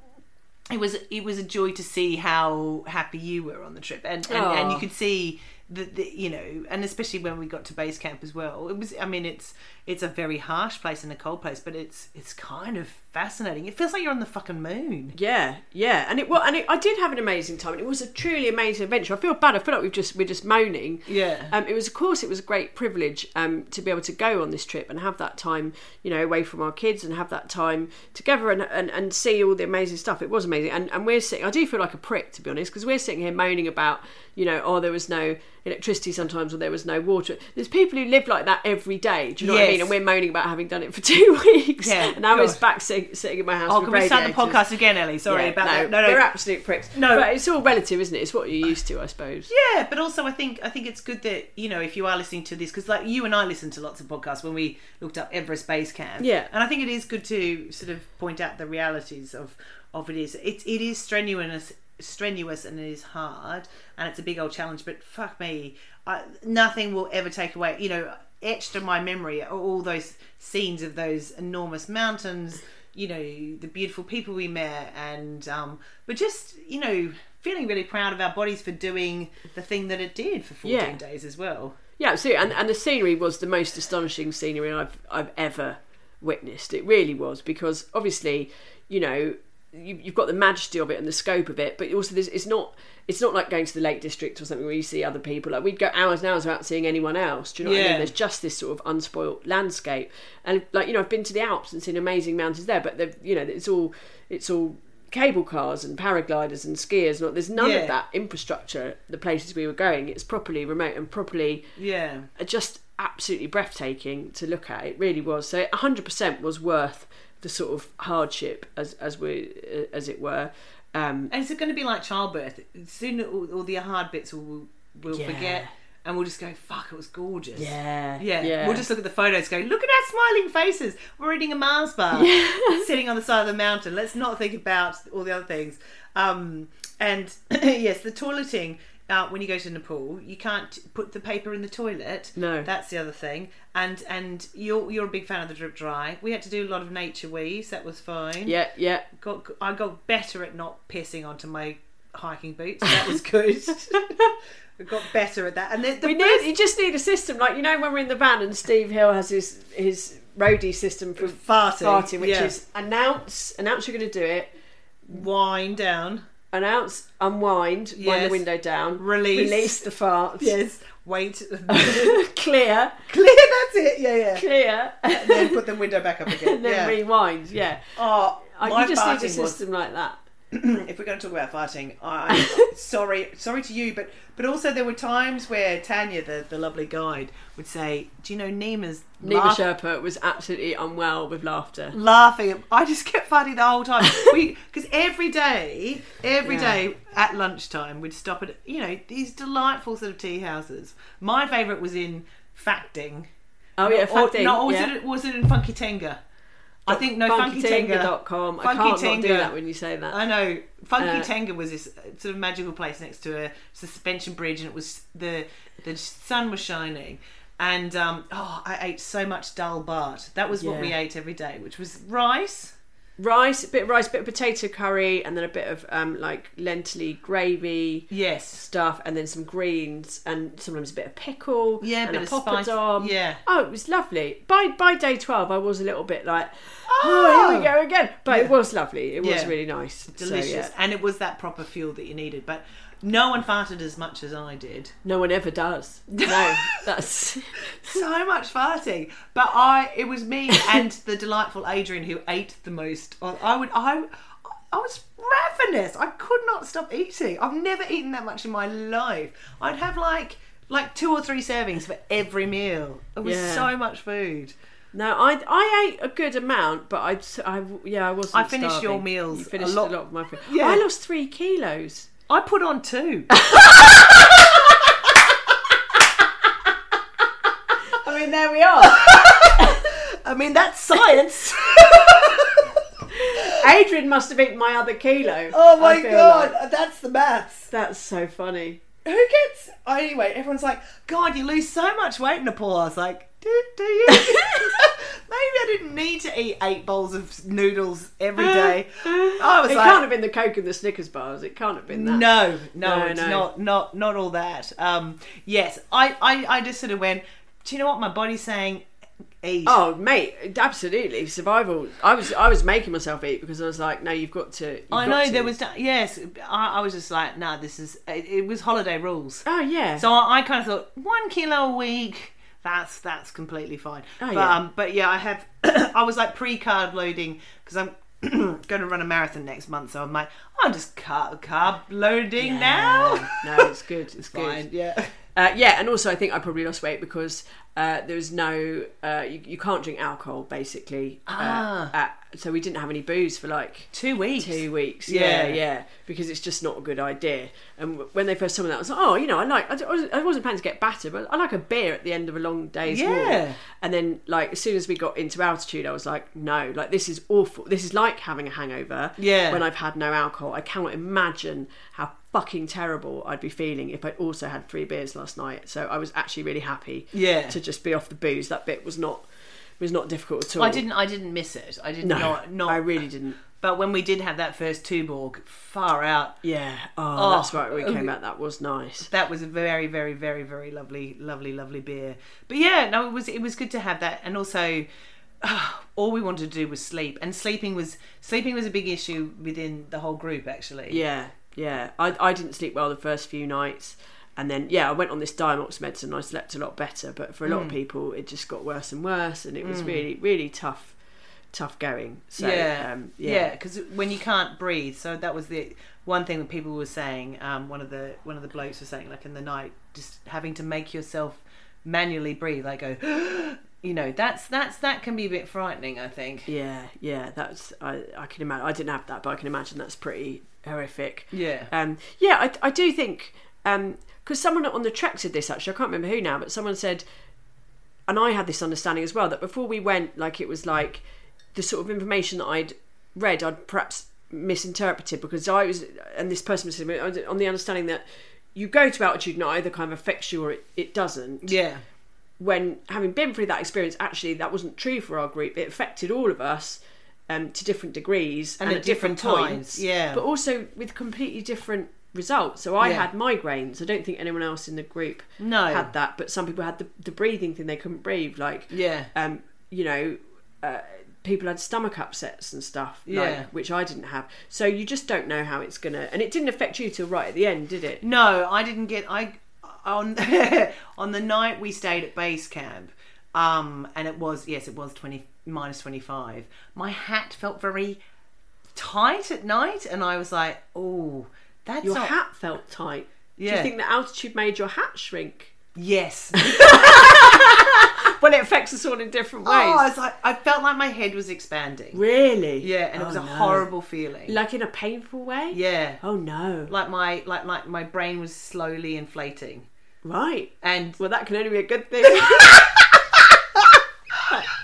Speaker 1: it was it was a joy to see how happy you were on the trip, and and, and you
Speaker 2: Aw.
Speaker 1: could see. The, the, you know, and especially when we got to base camp as well, it was. I mean, it's it's a very harsh place and a cold place, but it's it's kind of fascinating. It feels like you're on the fucking moon.
Speaker 2: yeah, yeah. And it well, and it, I did have an amazing time. and It was a truly amazing adventure. I feel bad. I feel like we've just we're just moaning.
Speaker 1: Yeah.
Speaker 2: Um, it was of course it was a great privilege um, to be able to go on this trip and have that time, you know, away from our kids and have that time together and and, and see all the amazing stuff. It was amazing. And and we're sitting. I do feel like a prick to be honest because we're sitting here moaning about, you know, oh there was no electricity sometimes or there was no water. There's people who live like that every day. Do you know what I
Speaker 1: Yes.
Speaker 2: mean? And we're moaning about having done it for (laughs) two weeks.
Speaker 1: Yeah,
Speaker 2: And I was
Speaker 1: God.
Speaker 2: back sitting, sitting in my house.
Speaker 1: Oh,
Speaker 2: with
Speaker 1: can we start the
Speaker 2: radiators.
Speaker 1: podcast again, Ellie? Sorry
Speaker 2: Yeah,
Speaker 1: about
Speaker 2: no,
Speaker 1: that. No, no,
Speaker 2: We're absolute pricks.
Speaker 1: No.
Speaker 2: But it's all relative, isn't it? It's what you're used to, I suppose.
Speaker 1: Yeah, but also I think I think it's good that you know if you are listening to this because like you and I listened to lots of podcasts when we looked up Everest Base Camp.
Speaker 2: Yeah.
Speaker 1: and I think it is good to sort of point out the realities of of it is it it is strenuous strenuous and it is hard and it's a big old challenge. But fuck me, I, nothing will ever take away you know etched in my memory are all those scenes of those enormous mountains. You know the beautiful people we met, and um, but just you know feeling really proud of our bodies for doing the thing that it did for 14
Speaker 2: Yeah.
Speaker 1: days as well.
Speaker 2: Yeah, absolutely. And, and the scenery was the most astonishing scenery I've I've ever witnessed. It really was because obviously, you know, you, you've got the majesty of it and the scope of it, but also there's, it's not it's not like going to the Lake District or something where you see other people. Like we'd go hours and hours without seeing anyone else. Do you know what I
Speaker 1: Yeah.
Speaker 2: mean? There's just this sort of unspoilt landscape, and like you know, I've been to the Alps and seen amazing mountains there, but they've- you know, it's all it's all cable cars and paragliders and skiers. And all, there's none
Speaker 1: Yeah.
Speaker 2: of that infrastructure. The places we were going, it's properly remote and properly
Speaker 1: Yeah.
Speaker 2: are just absolutely breathtaking to look at. It really was. So 100% was worth the sort of hardship, as as we as it were. Um,
Speaker 1: And is it going to be like childbirth? Soon, all, all the hard bits we'll, we'll
Speaker 2: Yeah.
Speaker 1: forget, and we'll just go, "Fuck, it was gorgeous."
Speaker 2: yeah,
Speaker 1: Yeah. we'll just look at the photos. Go, look at our smiling faces. We're eating a Mars bar, (laughs) sitting on the side of the mountain. Let's not think about all the other things. Um, and (clears throat) yes, the toileting. Uh, when you go to Nepal, you can't put the paper in the toilet.
Speaker 2: No.
Speaker 1: that's the other thing. And and you're you're a big fan of the drip dry. We had to do a lot of nature wees. That was fine
Speaker 2: yeah, yeah.
Speaker 1: got I got better at not pissing onto my hiking boots. That
Speaker 2: (laughs)
Speaker 1: was good. I got better at that. And the, the
Speaker 2: We
Speaker 1: first-
Speaker 2: need you just need a system like you know when we're in the van and Steve Hill has his his roadie system for
Speaker 1: Farting,
Speaker 2: which
Speaker 1: yeah.
Speaker 2: is announce announce you're going to do it,
Speaker 1: wind down.
Speaker 2: announce unwind, wind
Speaker 1: Yes.
Speaker 2: the window down,
Speaker 1: Release.
Speaker 2: release the fart,
Speaker 1: Yes. Wait. (laughs) Clear.
Speaker 2: (laughs) clear,
Speaker 1: That's it. Yeah, yeah.
Speaker 2: clear, and
Speaker 1: Then put the window back up
Speaker 2: (laughs)
Speaker 1: again.
Speaker 2: then
Speaker 1: yeah.
Speaker 2: rewind. Yeah,
Speaker 1: oh,
Speaker 2: I-
Speaker 1: my
Speaker 2: you just need a
Speaker 1: farting was
Speaker 2: system like that.
Speaker 1: if we're going to talk about farting, I
Speaker 2: (laughs)
Speaker 1: sorry, sorry to you, but but also there were times where Tanya, the, the lovely guide, would say, "Do you know Nima's
Speaker 2: Nima
Speaker 1: laugh- Mm.
Speaker 2: Sherpa was absolutely unwell with laughter.
Speaker 1: laughing. at- I just kept farting the whole time. Because every day, every day at lunchtime, we'd stop at, you know, these delightful sort of tea houses. My favourite was in Facting.
Speaker 2: Oh yeah,
Speaker 1: Or-
Speaker 2: fact thing.
Speaker 1: No, or was,
Speaker 2: yeah.
Speaker 1: it, was it in Funky Tenga? I think, no, Funky Tenga.
Speaker 2: funkytenga.com. I
Speaker 1: Funky
Speaker 2: can't not do
Speaker 1: Tenga.
Speaker 2: that when you say that.
Speaker 1: I know. Funky
Speaker 2: Uh,
Speaker 1: Tenga was this sort of magical place next to a suspension bridge, and it was the the sun was shining, and um, oh, I ate so much dal bart. That was what we
Speaker 2: Yeah.
Speaker 1: ate every day, which was rice.
Speaker 2: rice, a bit of rice, a bit of potato curry, and then a bit of um, like lentily gravy
Speaker 1: Yes.
Speaker 2: stuff, and then some greens, and sometimes a bit of pickle,
Speaker 1: Yeah, a
Speaker 2: and
Speaker 1: bit of spice.
Speaker 2: poppadom.
Speaker 1: Yeah.
Speaker 2: Oh, it was lovely. By by day twelve, I was a little bit like, oh, here we go again. But it was lovely. It was
Speaker 1: Ah! Yeah.
Speaker 2: really nice. So,
Speaker 1: Delicious.
Speaker 2: yeah.
Speaker 1: And it was that proper fuel that you needed. But no one farted as much as I did.
Speaker 2: No one ever does. No,
Speaker 1: (laughs)
Speaker 2: that's
Speaker 1: So much farting. But I it was
Speaker 2: (laughs)
Speaker 1: me and the delightful Adrian who ate the most. I would I I was ravenous. I could not stop eating. I've never eaten that much in my life. I'd have like like two or three servings for every meal. It was
Speaker 2: Yeah.
Speaker 1: so much food.
Speaker 2: No, I I ate a good amount, but I, I yeah I wasn't.
Speaker 1: I finished your
Speaker 2: starving.
Speaker 1: meals
Speaker 2: You finished
Speaker 1: a
Speaker 2: a
Speaker 1: lot.
Speaker 2: lot, of my food.
Speaker 1: Yeah.
Speaker 2: I lost three kilos.
Speaker 1: I put on
Speaker 2: (laughs)
Speaker 1: two.
Speaker 2: I mean, there we (laughs) are.
Speaker 1: I mean that's science.
Speaker 2: Adrian must have eaten my other kilo.
Speaker 1: oh
Speaker 2: I
Speaker 1: my
Speaker 2: feel
Speaker 1: god,
Speaker 2: like.
Speaker 1: that's the maths.
Speaker 2: that's so funny.
Speaker 1: who gets oh, anyway everyone's like god you lose so much weight in nepal i was like do,
Speaker 2: (laughs)
Speaker 1: do you maybe i didn't need to eat eight bowls of noodles every day i was
Speaker 2: Uh, It
Speaker 1: like
Speaker 2: can't have been the Coke and the Snickers bars. It can't have been that.
Speaker 1: no no,
Speaker 2: No,
Speaker 1: it's
Speaker 2: no.
Speaker 1: not not not all that um yes I, I i just sort of went do you know what my body's saying eat
Speaker 2: Oh mate, absolutely survival. I was I was making myself eat because I was like, no, you've got to. you've
Speaker 1: i
Speaker 2: got
Speaker 1: know
Speaker 2: to.
Speaker 1: there was yes I, I was just like nah this is it, it was holiday rules
Speaker 2: Oh yeah.
Speaker 1: So I, I kind of thought one kilo a week. That's that's completely fine. but
Speaker 2: Oh, yeah.
Speaker 1: um, but yeah, I have. (clears throat) I was like pre carb loading because I'm (clears throat) going to run a marathon next month. So I'm like, I'm just carb, carb loading now. (laughs)
Speaker 2: no, it's good. It's
Speaker 1: Fine,
Speaker 2: good.
Speaker 1: yeah.
Speaker 2: Uh, yeah, and also I think I probably lost weight because uh, there was no uh, you, you can't drink alcohol basically. Ah. Uh, at- so we didn't have any booze for like
Speaker 1: Two weeks.
Speaker 2: two weeks.
Speaker 1: Yeah.
Speaker 2: Yeah. yeah, because it's just not a good idea. And w- when they first told me that, I was like, oh, you know, I like I d- I wasn't, I wasn't planning to get battered, but I like a beer at the end of a long day's
Speaker 1: Yeah.
Speaker 2: walk. And then like as soon as we got into altitude, I was like, no, like this is awful. This is like having a hangover.
Speaker 1: Yeah.
Speaker 2: When I've had no alcohol, I cannot imagine how fucking terrible I'd be feeling if I'd also had three beers last night. So I was actually really happy.
Speaker 1: Yeah.
Speaker 2: To just be off the booze. That bit was not was not difficult at all.
Speaker 1: I didn't. I didn't miss it. I did
Speaker 2: No,
Speaker 1: not. Not.
Speaker 2: I really didn't.
Speaker 1: But when we did have that first Tuborg, far out.
Speaker 2: Yeah. Oh,
Speaker 1: Oh.
Speaker 2: that's right. We came out. That was nice.
Speaker 1: That was a very, very, very, very lovely, lovely, lovely beer. But yeah, no, it was. It was good to have that, and also. (sighs) all we wanted to do was sleep, and sleeping was sleeping was a big issue within the whole group actually.
Speaker 2: Yeah, yeah. I, I didn't sleep well the first few nights. And then, yeah, I went on this Diamox medicine and I slept a lot better. But for a lot of
Speaker 1: Hmm.
Speaker 2: people, it just got worse and worse. And it was really, really tough, tough going. So,
Speaker 1: yeah,
Speaker 2: um,
Speaker 1: yeah,
Speaker 2: yeah.
Speaker 1: because when you can't breathe, so that was the one thing that people were saying. Um, one of the one of the blokes was saying, like in the night, just having to make yourself manually breathe, like go, (gasps) you know, that's that's that can be a bit frightening. I think.
Speaker 2: Yeah, yeah, that's I, I can imagine. I didn't have that, but I can imagine that's pretty horrific.
Speaker 1: Yeah.
Speaker 2: um, yeah, I, I do think because someone on the trek said this actually. I can't remember who now, but someone said, and I had this understanding as well that before we went, like it was like the sort of information that I'd read, I'd perhaps misinterpreted because I was, and this person was I was on the understanding that you go to altitude and it either kind of affects you or it, it doesn't
Speaker 1: Yeah,
Speaker 2: when having been through that experience, actually, that wasn't true for our group. It affected all of us um, to different degrees
Speaker 1: And at different times, yeah.
Speaker 2: But also with completely different results. So I
Speaker 1: Yeah.
Speaker 2: had migraines. I don't think anyone else in the group
Speaker 1: No.
Speaker 2: had that, but some people had the, the breathing thing. They couldn't breathe. Like,
Speaker 1: Yeah.
Speaker 2: um, you know, uh, people had stomach upsets and stuff,
Speaker 1: Yeah.
Speaker 2: like, which I didn't have. So you just don't know how it's going to. And it didn't affect you till right at the end, did it?
Speaker 1: No, I didn't get I on (laughs) on the night we stayed at base camp. Um, and it was yes, it was twenty minus twenty five. My hat felt very tight at night, and I was like, "Oh, that's
Speaker 2: Your
Speaker 1: not-
Speaker 2: hat felt tight. Do
Speaker 1: Yeah.
Speaker 2: you think the altitude made your hat shrink? (laughs)
Speaker 1: Yes,
Speaker 2: Well, it affects us all in different ways.
Speaker 1: Oh, I was like, I felt like my head was expanding.
Speaker 2: really?
Speaker 1: Yeah, and it
Speaker 2: Oh,
Speaker 1: was a
Speaker 2: no.
Speaker 1: horrible feeling.
Speaker 2: Like in a painful way?
Speaker 1: yeah,
Speaker 2: Oh no.
Speaker 1: like my like like my brain was slowly inflating,
Speaker 2: Right.
Speaker 1: and
Speaker 2: Well, that can only be a good thing. (laughs)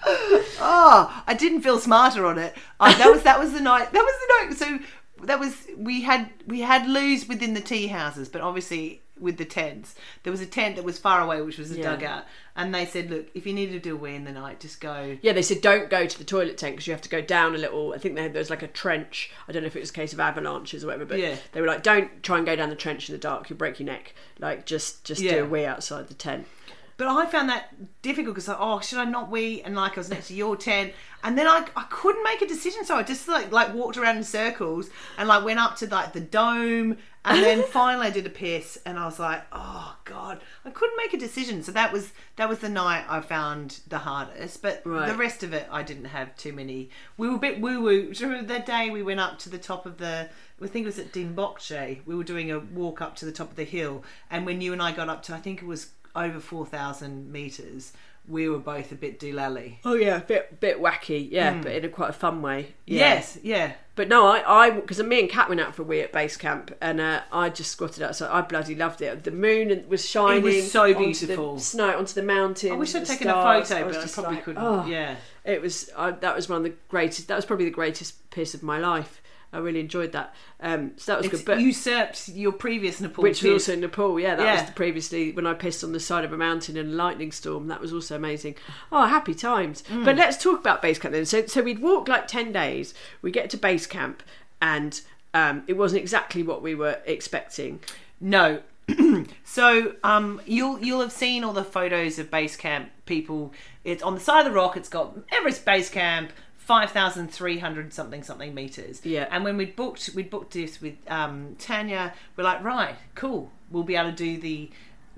Speaker 1: I didn't feel smarter on it. Uh, that was that was the night. That was the night. So that was we had we had loos within the tea houses, but obviously with the tents, there was a tent that was far away, which was a
Speaker 2: Yeah.
Speaker 1: dugout, and they said, "Look, if you needed to do a wee in the night, just go."
Speaker 2: yeah, they said don't go to the toilet tank because you have to go down a little. I think they had, there was like a trench. I don't know if it was a case of avalanches or whatever, but
Speaker 1: Yeah.
Speaker 2: they were like, don't try and go down the trench in the dark. You'll break your neck. Like, just just
Speaker 1: Yeah.
Speaker 2: do a wee outside the tent.
Speaker 1: But I found that difficult because, like, oh, should I not wee? And like, I was next to your tent, and then I, I couldn't make a decision, so I just like like walked around in circles and like went up to like the dome, and then finally I did a piss, and I was like, oh god, I couldn't make a decision. So that was that was the night I found the hardest, but
Speaker 2: Right.
Speaker 1: the rest of it I didn't have too many. We were a bit woo woo. Do you remember that day we went up to the top of the? I think it was at Dimbokche. We were doing a walk up to the top of the hill, and when you and I got up to, I think it was over four thousand meters. We were both a bit doolally.
Speaker 2: Oh yeah, Hmm. bit bit wacky. Yeah, but in a quite a fun way. Yeah.
Speaker 1: Yes, yeah.
Speaker 2: But no, I, I, because me and Kat went out for a wee at base camp, and uh, I just squatted outside. I bloody loved it. The moon was shining.
Speaker 1: so
Speaker 2: onto the
Speaker 1: beautiful.
Speaker 2: snow onto the mountain.
Speaker 1: I wish I'd
Speaker 2: the
Speaker 1: taken
Speaker 2: stars.
Speaker 1: a photo,
Speaker 2: was
Speaker 1: but I
Speaker 2: just
Speaker 1: probably
Speaker 2: like,
Speaker 1: couldn't.
Speaker 2: oh.
Speaker 1: Yeah,
Speaker 2: It was. I, that was one of the greatest. That was probably the greatest piss of my life. I really enjoyed that. Um, so that was
Speaker 1: it's
Speaker 2: good. But
Speaker 1: usurped your previous Nepal,
Speaker 2: which
Speaker 1: piss.
Speaker 2: was also in Nepal. Yeah, that
Speaker 1: Yeah.
Speaker 2: was previously when I pissed on the side of a mountain in a lightning storm. That was also amazing. Oh, happy times.
Speaker 1: Mm.
Speaker 2: But let's talk about base camp then. So, so we'd walk like 10 days, we get to base camp, and um, it wasn't exactly what we were expecting.
Speaker 1: No. (clears throat) so um, you'll you'll have seen all the photos of base camp people. It's on the side of the rock. It's got Everest Base Camp, five thousand three hundred something something meters.
Speaker 2: Yeah.
Speaker 1: And when we booked we booked this with um, Tanya, we're like, right, cool. We'll be able to do the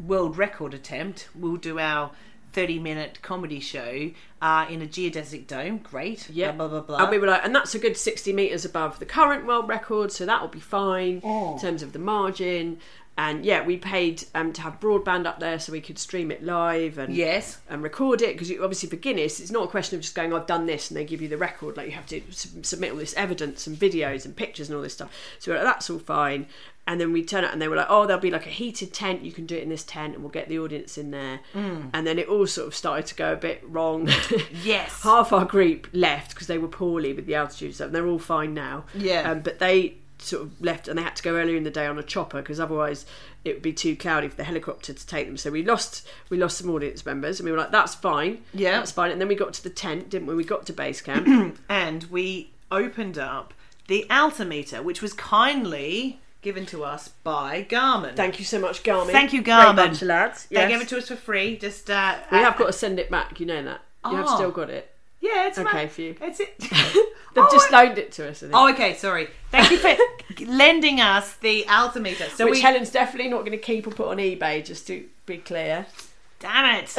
Speaker 1: world record attempt. We'll do our. 30 minute comedy show uh, in a geodesic dome. Great.
Speaker 2: Yeah.
Speaker 1: Blah, blah, blah, blah.
Speaker 2: And we were like, and that's a good 60 metres above the current world record, so that'll be fine
Speaker 1: Oh.
Speaker 2: in terms of the margin. And yeah, we paid um, to have broadband up there so we could stream it live. And
Speaker 1: yes.
Speaker 2: and record it because obviously for Guinness it's not a question of just going I've done this and they give you the record like you have to sub- submit all this evidence and videos and pictures and all this stuff so we're like, that's all fine and then we turn out and they were like oh there'll be like a heated tent you can do it in this tent and we'll get the audience in there
Speaker 1: Mm.
Speaker 2: and then it all sort of started to go a bit wrong (laughs)
Speaker 1: Yes.
Speaker 2: half our group left because they were poorly with the altitude and stuff and they're all fine now
Speaker 1: Yeah.
Speaker 2: um, but they sort of left and they had to go earlier in the day on a chopper because otherwise it would be too cloudy for the helicopter to take them so we lost we lost some audience members and we were like that's fine
Speaker 1: Yeah.
Speaker 2: that's fine and then we got to the tent didn't we we got to base
Speaker 1: (clears throat)
Speaker 2: camp
Speaker 1: and we opened up the altimeter, which was kindly given to us by Garmin.
Speaker 2: thank you so much Garmin
Speaker 1: Thank you,
Speaker 2: Great
Speaker 1: Garmin.
Speaker 2: bunch of lads
Speaker 1: They
Speaker 2: Yes.
Speaker 1: gave it to us for free. Just uh,
Speaker 2: we have got to send it back you know that you have
Speaker 1: Oh.
Speaker 2: still got it (laughs)
Speaker 1: Yeah, it's
Speaker 2: Okay
Speaker 1: ma-
Speaker 2: for you.
Speaker 1: It's it.
Speaker 2: (laughs)
Speaker 1: (laughs)
Speaker 2: They've
Speaker 1: Oh,
Speaker 2: just
Speaker 1: I-
Speaker 2: loaned it to us. I think.
Speaker 1: Oh, okay. Sorry. Thank you for (laughs) lending us the altimeter. So
Speaker 2: Which
Speaker 1: we.
Speaker 2: Helen's definitely not going to keep or put on eBay, just to be clear. (laughs)
Speaker 1: Damn it.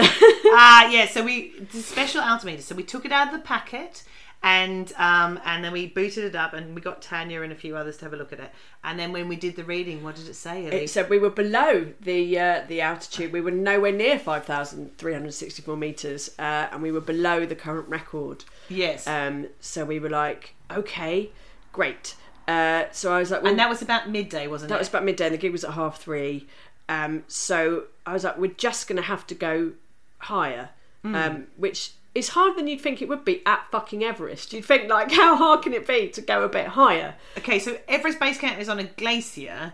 Speaker 1: Ah, yeah. So we the special altimeter. So we took it out of the packet, and um, and then we booted it up, and we got Tanya and a few others to have a look at it. And then when we did the reading, what did it say? Ellie?
Speaker 2: It said we were below the uh, the altitude. We were nowhere near five thousand three hundred sixty four meters, uh, and we were below the current record.
Speaker 1: yes.
Speaker 2: Um, so we were like, okay, great. Uh, so I was like, well,
Speaker 1: and that was about midday, wasn't
Speaker 2: that
Speaker 1: it?
Speaker 2: was about midday, and the gig was at half three. Um, so I was like, we're just going to have to go higher,
Speaker 1: Hmm.
Speaker 2: um, which is harder than you'd think it would be at fucking Everest. You'd think, like, how hard can it be to go a bit higher?
Speaker 1: Okay, so Everest Base Camp is on
Speaker 2: (laughs)
Speaker 1: a glacier.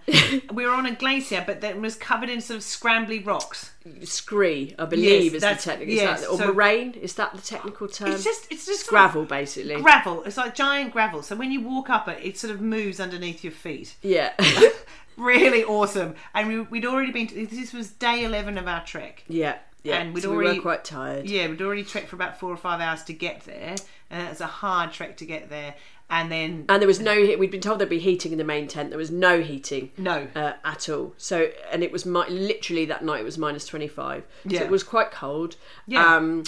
Speaker 1: we were on a glacier, but then it was covered in sort of scrambly rocks.
Speaker 2: Scree, I believe,
Speaker 1: Yes,
Speaker 2: is the
Speaker 1: that's-
Speaker 2: technical, is
Speaker 1: yes,
Speaker 2: that, or
Speaker 1: so-
Speaker 2: moraine, is that the technical term?
Speaker 1: It's just, it's just sort of
Speaker 2: Um, gravel, basically.
Speaker 1: gravel. It's like giant gravel. So when you walk up it, it sort of moves underneath your feet.
Speaker 2: yeah. (laughs)
Speaker 1: Really awesome. And we, we'd already been. To, this was day eleven of our trek.
Speaker 2: yeah. Yeah,
Speaker 1: And we'd
Speaker 2: so we
Speaker 1: already-
Speaker 2: were quite tired.
Speaker 1: Yeah, we'd already trekked for about four or five hours to get there, and that's a hard trek to get there. And then
Speaker 2: and there was no heat. We'd been told there'd be heating in the main tent. There was no heating,
Speaker 1: No.
Speaker 2: uh, at all. So, and it was mi- literally that night. It was minus twenty five.
Speaker 1: Yeah.
Speaker 2: So it was quite cold.
Speaker 1: Yeah.
Speaker 2: Um,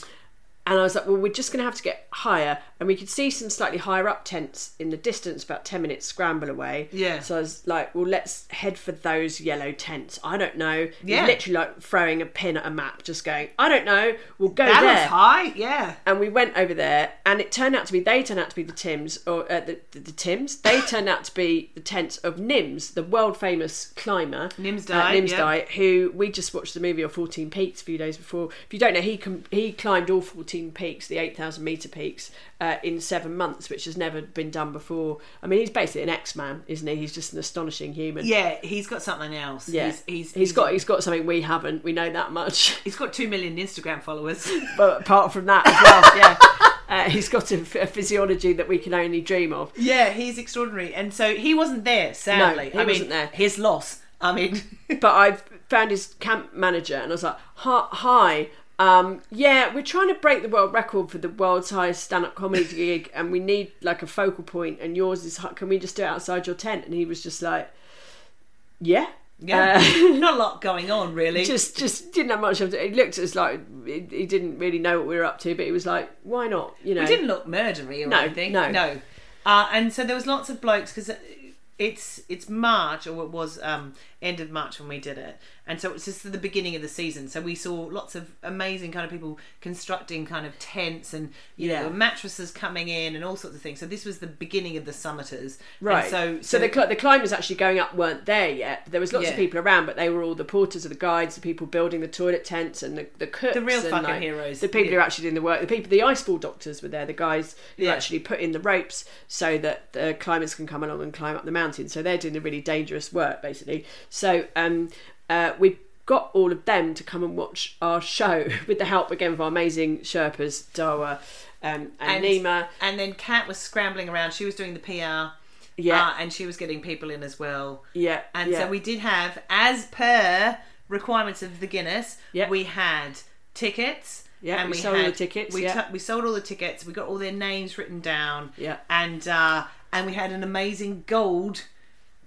Speaker 2: and I was like, well, we're just going to have to get higher, and we could see some slightly higher up tents in the distance, about ten minutes scramble away.
Speaker 1: Yeah.
Speaker 2: So I was like, well, let's head for those yellow tents. I don't know. It was
Speaker 1: Yeah.
Speaker 2: Literally like throwing a pin at a map, just going, I don't know. We'll go
Speaker 1: that
Speaker 2: there
Speaker 1: was high. Yeah,
Speaker 2: and we went over there and it turned out to be they turned out to be the tims or uh, the, the, the tims they
Speaker 1: (laughs)
Speaker 2: turned out to be the tents of nims the world famous climber
Speaker 1: Nims
Speaker 2: uh,
Speaker 1: Dai,
Speaker 2: nims
Speaker 1: yeah.
Speaker 2: Dai, who we just watched the movie of 14 peaks a few days before if you don't know he com- he climbed all 14 peaks the 8000 meter peaks uh, in seven months which has never been done before i mean he's basically an x-man isn't he he's just an astonishing human
Speaker 1: yeah. He's got something else.
Speaker 2: yeah,
Speaker 1: he's, he's,
Speaker 2: he's got he's got something we haven't. We know that much. (laughs)
Speaker 1: he's got two million Instagram followers.
Speaker 2: but apart from that as well, yeah. (laughs) Uh, he's got a, ph- a physiology that we can only dream of.
Speaker 1: (laughs) Yeah, he's extraordinary, and so he wasn't there. Sadly,
Speaker 2: he
Speaker 1: I mean,
Speaker 2: wasn't there.
Speaker 1: His loss. I mean, (laughs)
Speaker 2: But I found his camp manager and I was like, "Hi, hi, um, yeah, we're trying to break the world record for the world's highest stand-up comedy gig, and we need like a focal point, and yours is. hi- Can we just do it outside your tent?" And he was just like, "Yeah."
Speaker 1: yeah,
Speaker 2: Uh,
Speaker 1: (laughs) not a lot going on really.
Speaker 2: just just didn't have much of it. It looked as like he he didn't really know what we were up to, but he was like, "Why not?" You know,
Speaker 1: It didn't look murdery or
Speaker 2: uh, No,
Speaker 1: anything.
Speaker 2: no.
Speaker 1: no. Uh, and so there was lots of blokes because it's it's March or it was um, end of March when we did it, and so it's just the beginning of the season. So we saw lots of amazing kind of people constructing kind of tents and you know mattresses coming in and all sorts of things. So this was the beginning of the summiters, And
Speaker 2: Right.
Speaker 1: so
Speaker 2: so, the, cli- the climbers actually going up weren't there yet. There was lots
Speaker 1: Yeah.
Speaker 2: of people around, but they were all the porters, or the guides, the people building the toilet tents, and the, the cooks.
Speaker 1: The real
Speaker 2: and,
Speaker 1: fucking
Speaker 2: like,
Speaker 1: heroes.
Speaker 2: The people who
Speaker 1: Yeah.
Speaker 2: are actually doing the work. The people, the icefall doctors were there. The guys who
Speaker 1: Yeah.
Speaker 2: actually put in the ropes so that the climbers can come along and climb up the mountain. So they're doing the really dangerous work, basically. So um, uh, we got all of them to come and watch our show (laughs) with the help again of our amazing Sherpas, Dawa. Um, and, Nima,
Speaker 1: and then Kat was scrambling around. She was doing the PR.
Speaker 2: Yeah.
Speaker 1: Uh, and she was getting people in as well.
Speaker 2: Yeah,
Speaker 1: And
Speaker 2: yeah.
Speaker 1: so we did have, as per requirements of the Guinness,
Speaker 2: Yeah.
Speaker 1: we had tickets.
Speaker 2: Yeah,
Speaker 1: and
Speaker 2: we sold all the tickets,
Speaker 1: We,
Speaker 2: yeah.
Speaker 1: t- we sold all the tickets. We got all their names written down.
Speaker 2: Yeah.
Speaker 1: And uh, and we had an amazing gold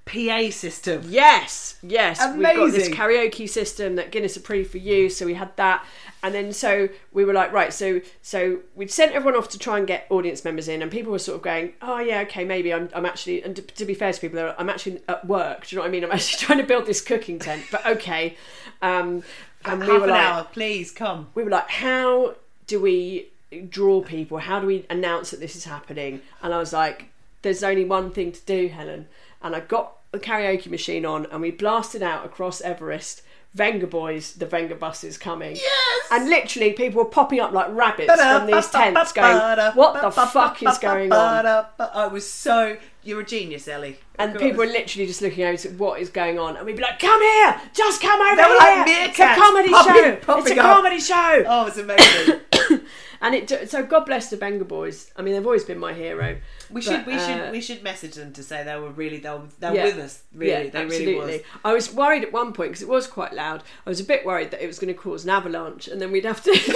Speaker 1: PA system.
Speaker 2: Yes, yes. We've got this
Speaker 1: Amazing.
Speaker 2: karaoke system that Guinness approved for you, so we had that. And then so we were like, right, so so we'd sent everyone off to try and get audience members in, and people were sort of going, oh yeah, okay, maybe I'm, I'm actually, and to, to be fair to people, they're- I'm actually at work. Do you know what I mean? I'm actually (laughs) trying to build this cooking tent, but okay. Um, and we
Speaker 1: Half
Speaker 2: were
Speaker 1: an
Speaker 2: like,
Speaker 1: hour, please come.
Speaker 2: we were like, how do we draw people? How do we announce that this is happening? And I was like, there's only one thing to do, Helen. And I got the karaoke machine on and we blasted out across Everest. Venga Boys, the Venga bus is coming. Yes! And literally, people were popping up like rabbits from these tents going, What the fuck is going on?
Speaker 1: I was so. You're a genius, Ellie.
Speaker 2: And
Speaker 1: God.
Speaker 2: people were literally just looking over to what is going on. And we'd be like, Come here! Just come over
Speaker 1: They were like
Speaker 2: here! it's a
Speaker 1: meerkats
Speaker 2: comedy
Speaker 1: popping-
Speaker 2: show! it's
Speaker 1: popping
Speaker 2: a
Speaker 1: up.
Speaker 2: comedy show!
Speaker 1: Oh, it's (coughs) amazing.
Speaker 2: And it so God bless the Benga boys. I mean, they've always been my hero.
Speaker 1: We
Speaker 2: But,
Speaker 1: should we
Speaker 2: uh,
Speaker 1: should we should message them to say they were really they were, they were
Speaker 2: yeah.
Speaker 1: with us really
Speaker 2: Yeah,
Speaker 1: they
Speaker 2: absolutely.
Speaker 1: really was.
Speaker 2: I was worried at one point because it was quite loud. I was a bit worried that it was going to cause an avalanche, and then we'd have to. and (laughs)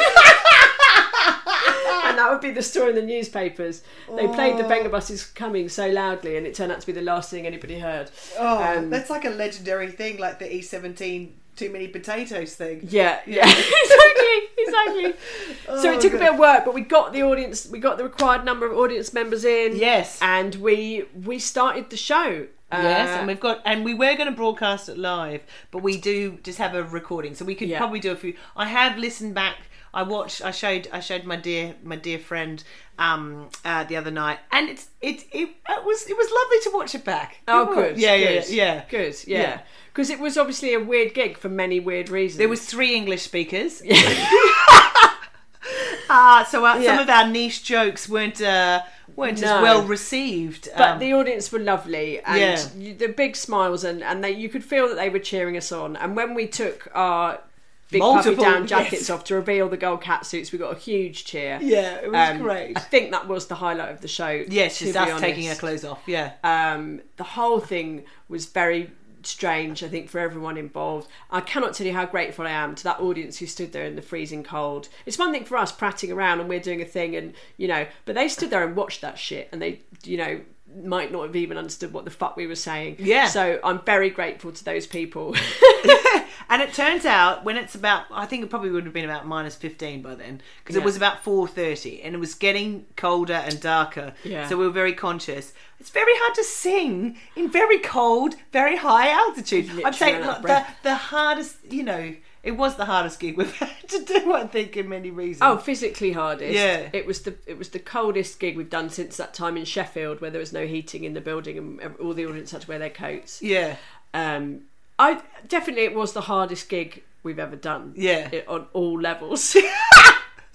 Speaker 2: and that would be the story in the newspapers. They played the
Speaker 1: Oh.
Speaker 2: Benga buses coming so loudly, and it turned out to be the last thing anybody heard.
Speaker 1: Oh,
Speaker 2: Um,
Speaker 1: that's like a legendary thing, like the E17 too many potatoes thing.
Speaker 2: Yeah, yeah, (laughs) exactly, exactly.
Speaker 1: Oh,
Speaker 2: so it took a bit of work, but we got the audience, we got the required number of audience members in.
Speaker 1: Yes.
Speaker 2: and we we started the show.
Speaker 1: Yes,
Speaker 2: Uh,
Speaker 1: and we've got, and we were going to broadcast it live, but we do just have a recording, so we could
Speaker 2: Yeah.
Speaker 1: probably do a few. I have listened back. I watched. I showed. I showed my dear, my dear friend, um, uh, the other night, and it's it, it it was it was lovely to watch it back. It
Speaker 2: Oh,
Speaker 1: was.
Speaker 2: good.
Speaker 1: Yeah, yeah,
Speaker 2: good,
Speaker 1: yeah.
Speaker 2: Good, yeah. Because it was obviously a weird gig for many weird reasons.
Speaker 1: There was three English speakers. (laughs) Ah, so our, some
Speaker 2: Yeah.
Speaker 1: of our niche jokes weren't uh, weren't
Speaker 2: No.
Speaker 1: as well received.
Speaker 2: but
Speaker 1: um,
Speaker 2: the audience were lovely and
Speaker 1: Yeah.
Speaker 2: you, the big smiles and, and they, you could feel that they were cheering us on and when we took our big
Speaker 1: Multiple-
Speaker 2: puffy down jackets
Speaker 1: yes.
Speaker 2: off to reveal the gold cat suits we got a huge cheer Um,
Speaker 1: Yeah, it was great.
Speaker 2: i think that was the highlight of the show
Speaker 1: yes, just
Speaker 2: to be
Speaker 1: us taking our
Speaker 2: honest.
Speaker 1: clothes off. Yeah,
Speaker 2: um, the whole thing was very strange i think for everyone involved i cannot tell you how grateful i am to that audience who stood there in the freezing cold it's one thing for us prattling around and we're doing a thing and you know but they stood there and watched that shit and they you know might not have even understood what the fuck we were saying
Speaker 1: Yeah.
Speaker 2: so i'm very grateful to those
Speaker 1: (laughs)
Speaker 2: people
Speaker 1: And it turns out when it's about, I think it probably would have been about minus fifteen by then, because it was about four thirty, and it was getting colder and darker.
Speaker 2: Yeah.
Speaker 1: So we were very conscious. It's very hard to sing in very cold, very high altitude. I'm
Speaker 2: Literally out
Speaker 1: saying
Speaker 2: of
Speaker 1: like, the
Speaker 2: breath.
Speaker 1: the hardest, you know, it was the hardest gig we've (laughs) had to do. I think in many reasons.
Speaker 2: Oh, physically hardest.
Speaker 1: Yeah.
Speaker 2: It was the it was the coldest gig we've done since that time in Sheffield, where there was no heating in the building and ev- all the audience had to wear their coats.
Speaker 1: yeah,
Speaker 2: Um, I definitely it was the hardest gig we've ever done.
Speaker 1: Yeah.
Speaker 2: It- on all levels. (laughs)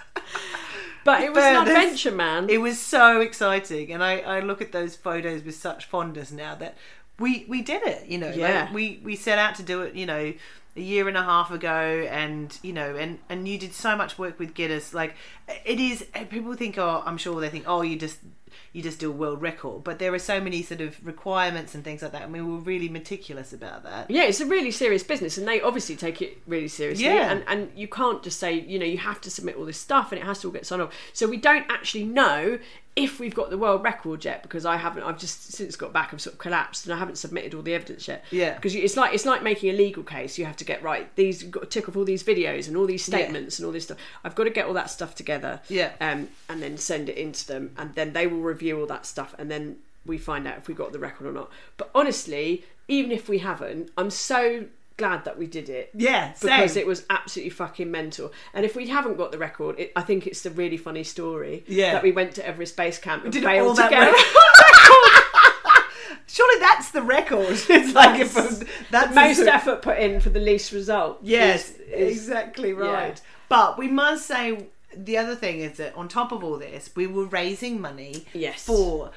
Speaker 2: but it was an
Speaker 1: Fairness.
Speaker 2: adventure, man.
Speaker 1: it was so exciting, and I I look at those photos with such fondness now that we we did it. You know, like,
Speaker 2: Yeah.
Speaker 1: we we set out to do it. You know. A year and a half ago, and you know, and and you did so much work with Guinness. Like, it is. People think, oh, I'm sure they think, oh, you just you just do a world record. But there are so many sort of requirements and things like that, and we were really meticulous about that.
Speaker 2: yeah, it's a really serious business, and they obviously take it really seriously.
Speaker 1: Yeah.
Speaker 2: And, and you can't just say, you know, you have to submit all this stuff and it has to all get signed off. So we don't actually know if we've got the world record yet because I haven't, I've just since got back, I've sort of collapsed and I haven't submitted all the evidence yet.
Speaker 1: Yeah.
Speaker 2: Because you- it's like it's like making a legal case. You have to get right these, you've got to tick off all these videos and all these statements and all this stuff. I've got to get all that stuff together.
Speaker 1: Yeah.
Speaker 2: Um, and then send it into them, and then they will review all that stuff, and then we find out if we got the record or not. But honestly, even if we haven't, I'm so glad that we did it.
Speaker 1: Yeah,
Speaker 2: because
Speaker 1: same.
Speaker 2: it was absolutely fucking mental. And if we haven't got the record, it, I think it's a really funny story.
Speaker 1: Yeah.
Speaker 2: that we went to Everest Base Camp and
Speaker 1: did it
Speaker 2: failed
Speaker 1: all
Speaker 2: to
Speaker 1: that
Speaker 2: get.
Speaker 1: way. Surely that's the record. (laughs) It's like if
Speaker 2: That's (laughs)
Speaker 1: that's
Speaker 2: Most
Speaker 1: effort.
Speaker 2: effort put in for the least result.
Speaker 1: Yes,
Speaker 2: is- is-
Speaker 1: exactly right.
Speaker 2: yeah.
Speaker 1: But we must say the other thing is that on top of all this, we were raising money
Speaker 2: Yes.
Speaker 1: for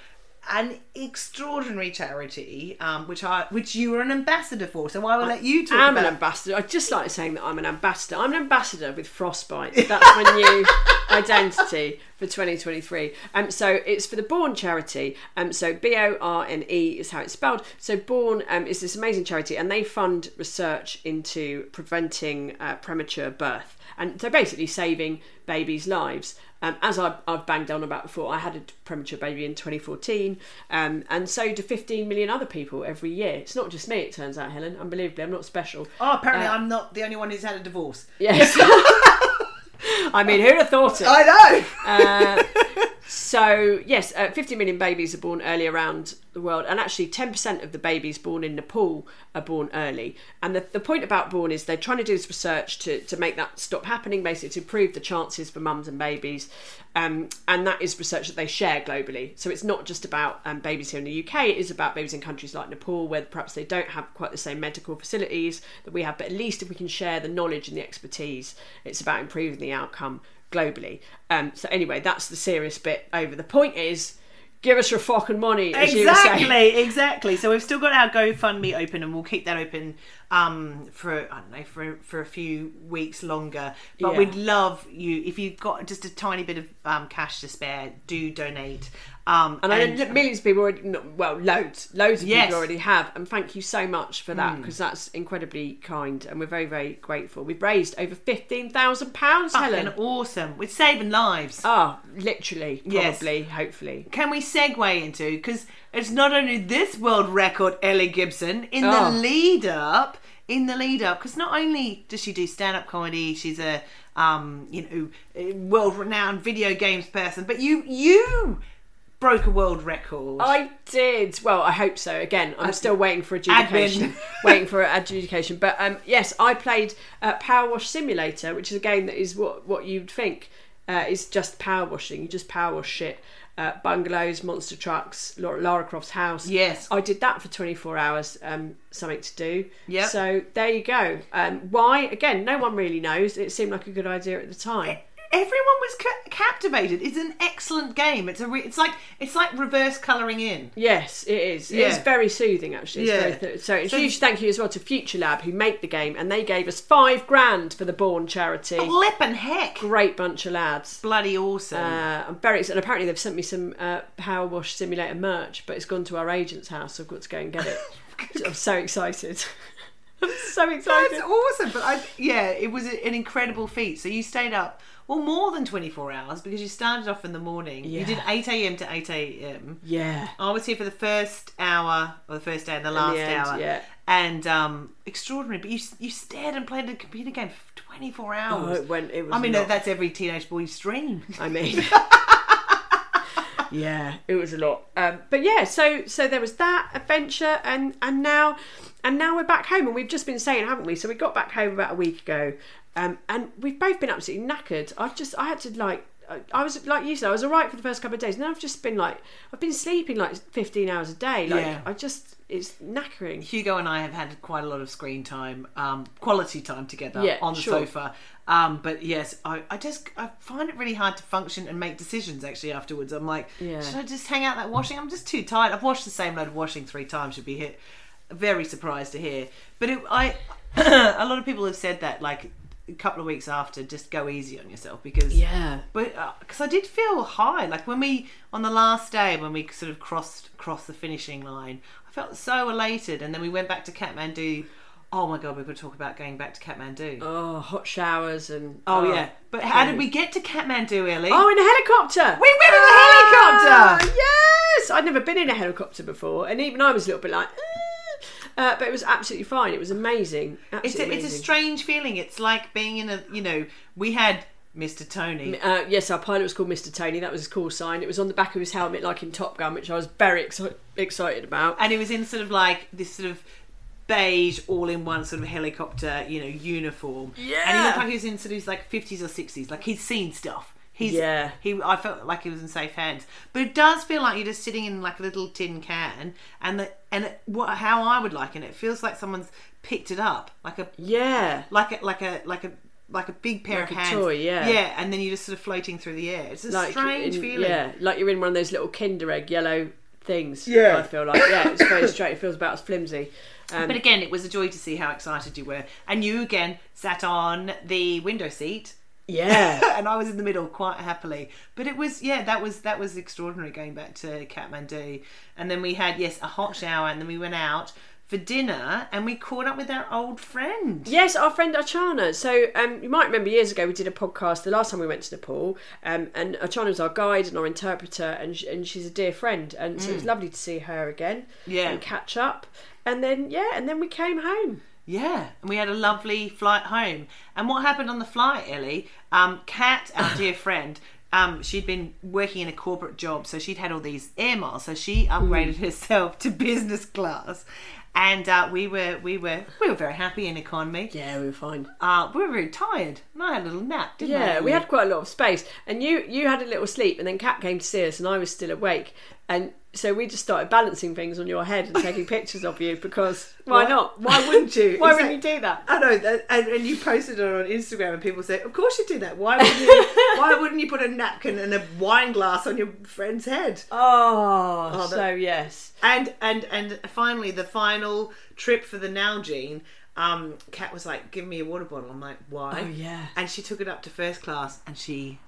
Speaker 1: an extraordinary charity, um, which I which you were an ambassador for. So I will let you talk
Speaker 2: I'm
Speaker 1: about.
Speaker 2: an ambassador. I just like saying that I'm an ambassador. I'm an ambassador with frostbite. That's my new identity for 2023. Um, so it's for the Born charity. Um, so B O R N E is how it's spelled. So Born um, is this amazing charity, and they fund research into preventing uh, premature birth, and so basically saving babies' lives. Um, as I've, I've banged on about before, I had a premature baby in 2014, um, and so do 15 million other people every year. It's not just me, it turns out, Helen. Unbelievably, I'm not special.
Speaker 1: Oh, apparently
Speaker 2: uh,
Speaker 1: I'm not the only one who's had a divorce.
Speaker 2: Yes. (laughs) I mean, who'd have thought it?
Speaker 1: I know.
Speaker 2: So, yes, uh, 50 million babies are born early around the world, and actually 10% of the babies born in Nepal are born early. And the, the point about born is they're trying to do this research to, to make that stop happening, basically, to improve the chances for mums and babies. Um, and that is research that they share globally. So it's not just about um, babies here in the UK, it is about babies in countries like Nepal, where perhaps they don't have quite the same medical facilities that we have, but at least if we can share the knowledge and the expertise, it's about improving the outcome globally. Um, so anyway, that's the serious bit over. The point is, give us your fucking money. As You were saying.
Speaker 1: exactly, exactly. So we've still got our GoFundMe open, and we'll keep that open um, for I don't know for for a few weeks longer. But
Speaker 2: Yeah.
Speaker 1: we'd love you if you've got just a tiny bit of um, cash to spare, do donate. Um,
Speaker 2: And, I know that millions of people already, no, well, loads, loads of
Speaker 1: Yes. Mm.
Speaker 2: people already have. And thank you so much for that because that's incredibly kind, and we're very, very grateful. We've raised over fifteen thousand pounds,
Speaker 1: fucking
Speaker 2: Helen.
Speaker 1: awesome. We're saving lives.
Speaker 2: Ah, literally,
Speaker 1: Yes.
Speaker 2: probably, hopefully.
Speaker 1: Can we segue into because it's not only this world record, Ellie Gibson, in
Speaker 2: Oh.
Speaker 1: the lead up, in the lead up, because not only does she do stand up comedy, she's a um, you know world renowned video games person, but you you broke a world record.
Speaker 2: I did. Well, I hope so. Again, I'm still waiting for adjudication.
Speaker 1: Admin.
Speaker 2: (laughs) waiting for adjudication. But um, yes, I played uh, Power Wash Simulator, which is a game that is what what you'd think uh, is just power washing. You just power wash shit. Uh, bungalows, monster trucks, Lara, Lara Croft's house.
Speaker 1: Yes.
Speaker 2: I did that for 24 hours. Um, something to do.
Speaker 1: Yep.
Speaker 2: So there you go. Um, why? Again, no one really knows. It seemed like a good idea at the time.
Speaker 1: Everyone was ca- captivated. It's an excellent game. It's a re- it's like it's like reverse colouring in.
Speaker 2: Yes, it is. It
Speaker 1: Yeah.
Speaker 2: is very soothing, actually. It's
Speaker 1: Yeah.
Speaker 2: very th- so, it's
Speaker 1: So-
Speaker 2: huge thank you as well to Future Lab who make the game, and they gave us five grand for the Born charity.
Speaker 1: Lip and heck,
Speaker 2: Great bunch of lads.
Speaker 1: bloody awesome.
Speaker 2: Uh, I'm very excited. And apparently, they've sent me some uh, Power Wash Simulator merch, but it's gone to our agent's house, so I've got to go and get
Speaker 1: (laughs)
Speaker 2: it. I'm so excited. (laughs) I'm so excited.
Speaker 1: That's awesome. But I, yeah, it was an incredible feat. So you stayed up, well, more than 24 hours because you started off in the morning. You did 8 a.m. to 8 a.m.
Speaker 2: Yeah.
Speaker 1: I was here for the first hour, or the first day and the last
Speaker 2: end,
Speaker 1: hour.
Speaker 2: yeah.
Speaker 1: And um, extraordinary. But you you stared and played a computer game for 24
Speaker 2: Oh,
Speaker 1: hours.
Speaker 2: it went. It was
Speaker 1: I mean,
Speaker 2: nuts.
Speaker 1: that's every teenage boy's dream. (laughs)
Speaker 2: I mean, yeah, it was a lot. Um, but yeah, so so there was that adventure, and and now and now we're back home, and we've just been saying, haven't we? So we got back home about a week ago, um, and we've both been absolutely knackered. I've just I had to like. I- I was like you said, I was all right for the first couple of days, and then I've just been like, I've been sleeping like fifteen hours a day. Like
Speaker 1: Yeah.
Speaker 2: I just, it's knackering.
Speaker 1: Hugo and I have had quite a lot of screen time, um, quality time together
Speaker 2: Yeah,
Speaker 1: on the
Speaker 2: sure.
Speaker 1: sofa. Um, but yes, I, I just I find it really hard to function and make decisions. Actually, afterwards, I'm like,
Speaker 2: Yeah.
Speaker 1: should I just hang out that washing? I'm just too tired. I've washed the same load of washing three times. Should be hit. Very surprised to hear. But it, I, (coughs) a lot of people have said that like a couple of weeks after, just go easy on yourself because
Speaker 2: Yeah.
Speaker 1: but because I did feel high, like when we on the last day when we sort of crossed crossed the finishing line, I felt so elated, and then we went back to Kathmandu. Oh my god, we've got to talk about going back to Kathmandu. Oh,
Speaker 2: Oh, hot showers and
Speaker 1: yeah, but how did we get to Kathmandu, Ellie?
Speaker 2: Oh, in a helicopter.
Speaker 1: We went in a
Speaker 2: Ah,
Speaker 1: helicopter!
Speaker 2: Yes, I'd never been in a helicopter before, and even I was a little bit like, "Eh." uh, but it was absolutely fine. It was amazing. Absolutely
Speaker 1: it's a, it's a
Speaker 2: amazing.
Speaker 1: strange feeling. It's like being in a you know we had Mr. Tony.
Speaker 2: Uh, yes, our pilot was called Mr. Tony. That was his call sign. It was on the back of his helmet, like in Top Gun, which I was very exci- excited about.
Speaker 1: and it was in sort of like this sort of beige all-in-one sort of helicopter you know uniform
Speaker 2: Yeah.
Speaker 1: and he looked like he was in sort of his like 50s or 60s like he'd seen stuff he's
Speaker 2: Yeah.
Speaker 1: he i felt like he was in safe hands but it does feel like you're just sitting in like a little tin can and the and it, what how i would like it it feels like someone's picked it up like a
Speaker 2: Yeah.
Speaker 1: like a like a like a like a big pair
Speaker 2: Like
Speaker 1: of
Speaker 2: a
Speaker 1: hands
Speaker 2: toy, yeah.
Speaker 1: yeah and then you're just sort of floating through the air it's a strange
Speaker 2: in-
Speaker 1: feeling
Speaker 2: Yeah, like you're in one of those little Kinder Egg yellow things.
Speaker 1: Yeah.
Speaker 2: I feel like yeah, it's
Speaker 1: (laughs)
Speaker 2: very straight. It feels about as flimsy.
Speaker 1: but again, it was a joy to see how excited you were. And you again sat on the window seat.
Speaker 2: Yeah.
Speaker 1: (laughs) And I was in the middle quite happily. But it was yeah, that was that was extraordinary going back to Kathmandu. And then we had, yes, a hot shower and then we went out for dinner and we caught up with our old friend.
Speaker 2: Yes, our friend Achana. So um, you might remember years ago we did a podcast the last time we went to Nepal, um, and Achana was our guide and our interpreter, and sh- and she's a dear friend, and so it was lovely to see her again.
Speaker 1: Yeah.
Speaker 2: and catch up, and then yeah, and then we came home.
Speaker 1: Yeah. And we had a lovely flight home. And what happened on the flight, Ellie? Um, Kat, (laughs) our dear friend, um, she'd been working in a corporate job, so she'd had all these air miles. So she upgraded herself to business class. And uh, we were we were we were very happy in economy.
Speaker 2: Yeah, we were fine.
Speaker 1: Uh, we were very tired. And I had a little nap, didn't I?
Speaker 2: Yeah, we
Speaker 1: Ellie?
Speaker 2: had quite a lot of space, and you you had a little sleep, and then Kat came to see us, and I was still awake, and so we just started balancing things on your head and taking pictures of you (laughs) because why not?
Speaker 1: (laughs) Why wouldn't you?
Speaker 2: (laughs) why
Speaker 1: Exactly.
Speaker 2: wouldn't you do that?
Speaker 1: I know, that- and, and you posted it on Instagram, and people say, "Of course you do that. (laughs) Why wouldn't you? why wouldn't you put a napkin and a wine glass on your friend's head?"
Speaker 2: Oh,
Speaker 1: Oh, that-
Speaker 2: so yes.
Speaker 1: And and and finally, the final trip for the Nalgene. Um, Kat was like, "Give me a water bottle." I'm like, "Why?"
Speaker 2: Oh, yeah.
Speaker 1: And she took it up to first class, and she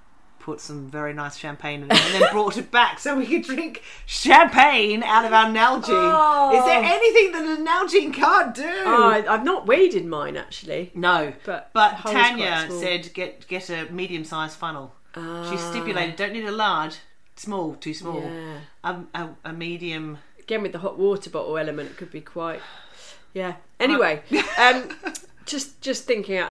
Speaker 1: put some very nice champagne in it, and
Speaker 2: (laughs)
Speaker 1: then brought it back so we could drink champagne out of our Nalgene. Is there anything that a Nalgene can't do?
Speaker 2: Oh, I, I've not weighed in mine actually.
Speaker 1: No,
Speaker 2: But
Speaker 1: but,
Speaker 2: the hole's quite
Speaker 1: Tanya
Speaker 2: small. Ah.
Speaker 1: said get get a medium sized funnel. she stipulated don't need a large, small, too small.
Speaker 2: Yeah.
Speaker 1: Um, A, a, medium.
Speaker 2: Again, with the hot water bottle element, it could be quite.
Speaker 1: Uh,
Speaker 2: Yeah.
Speaker 1: (laughs)
Speaker 2: Anyway, um, just just thinking out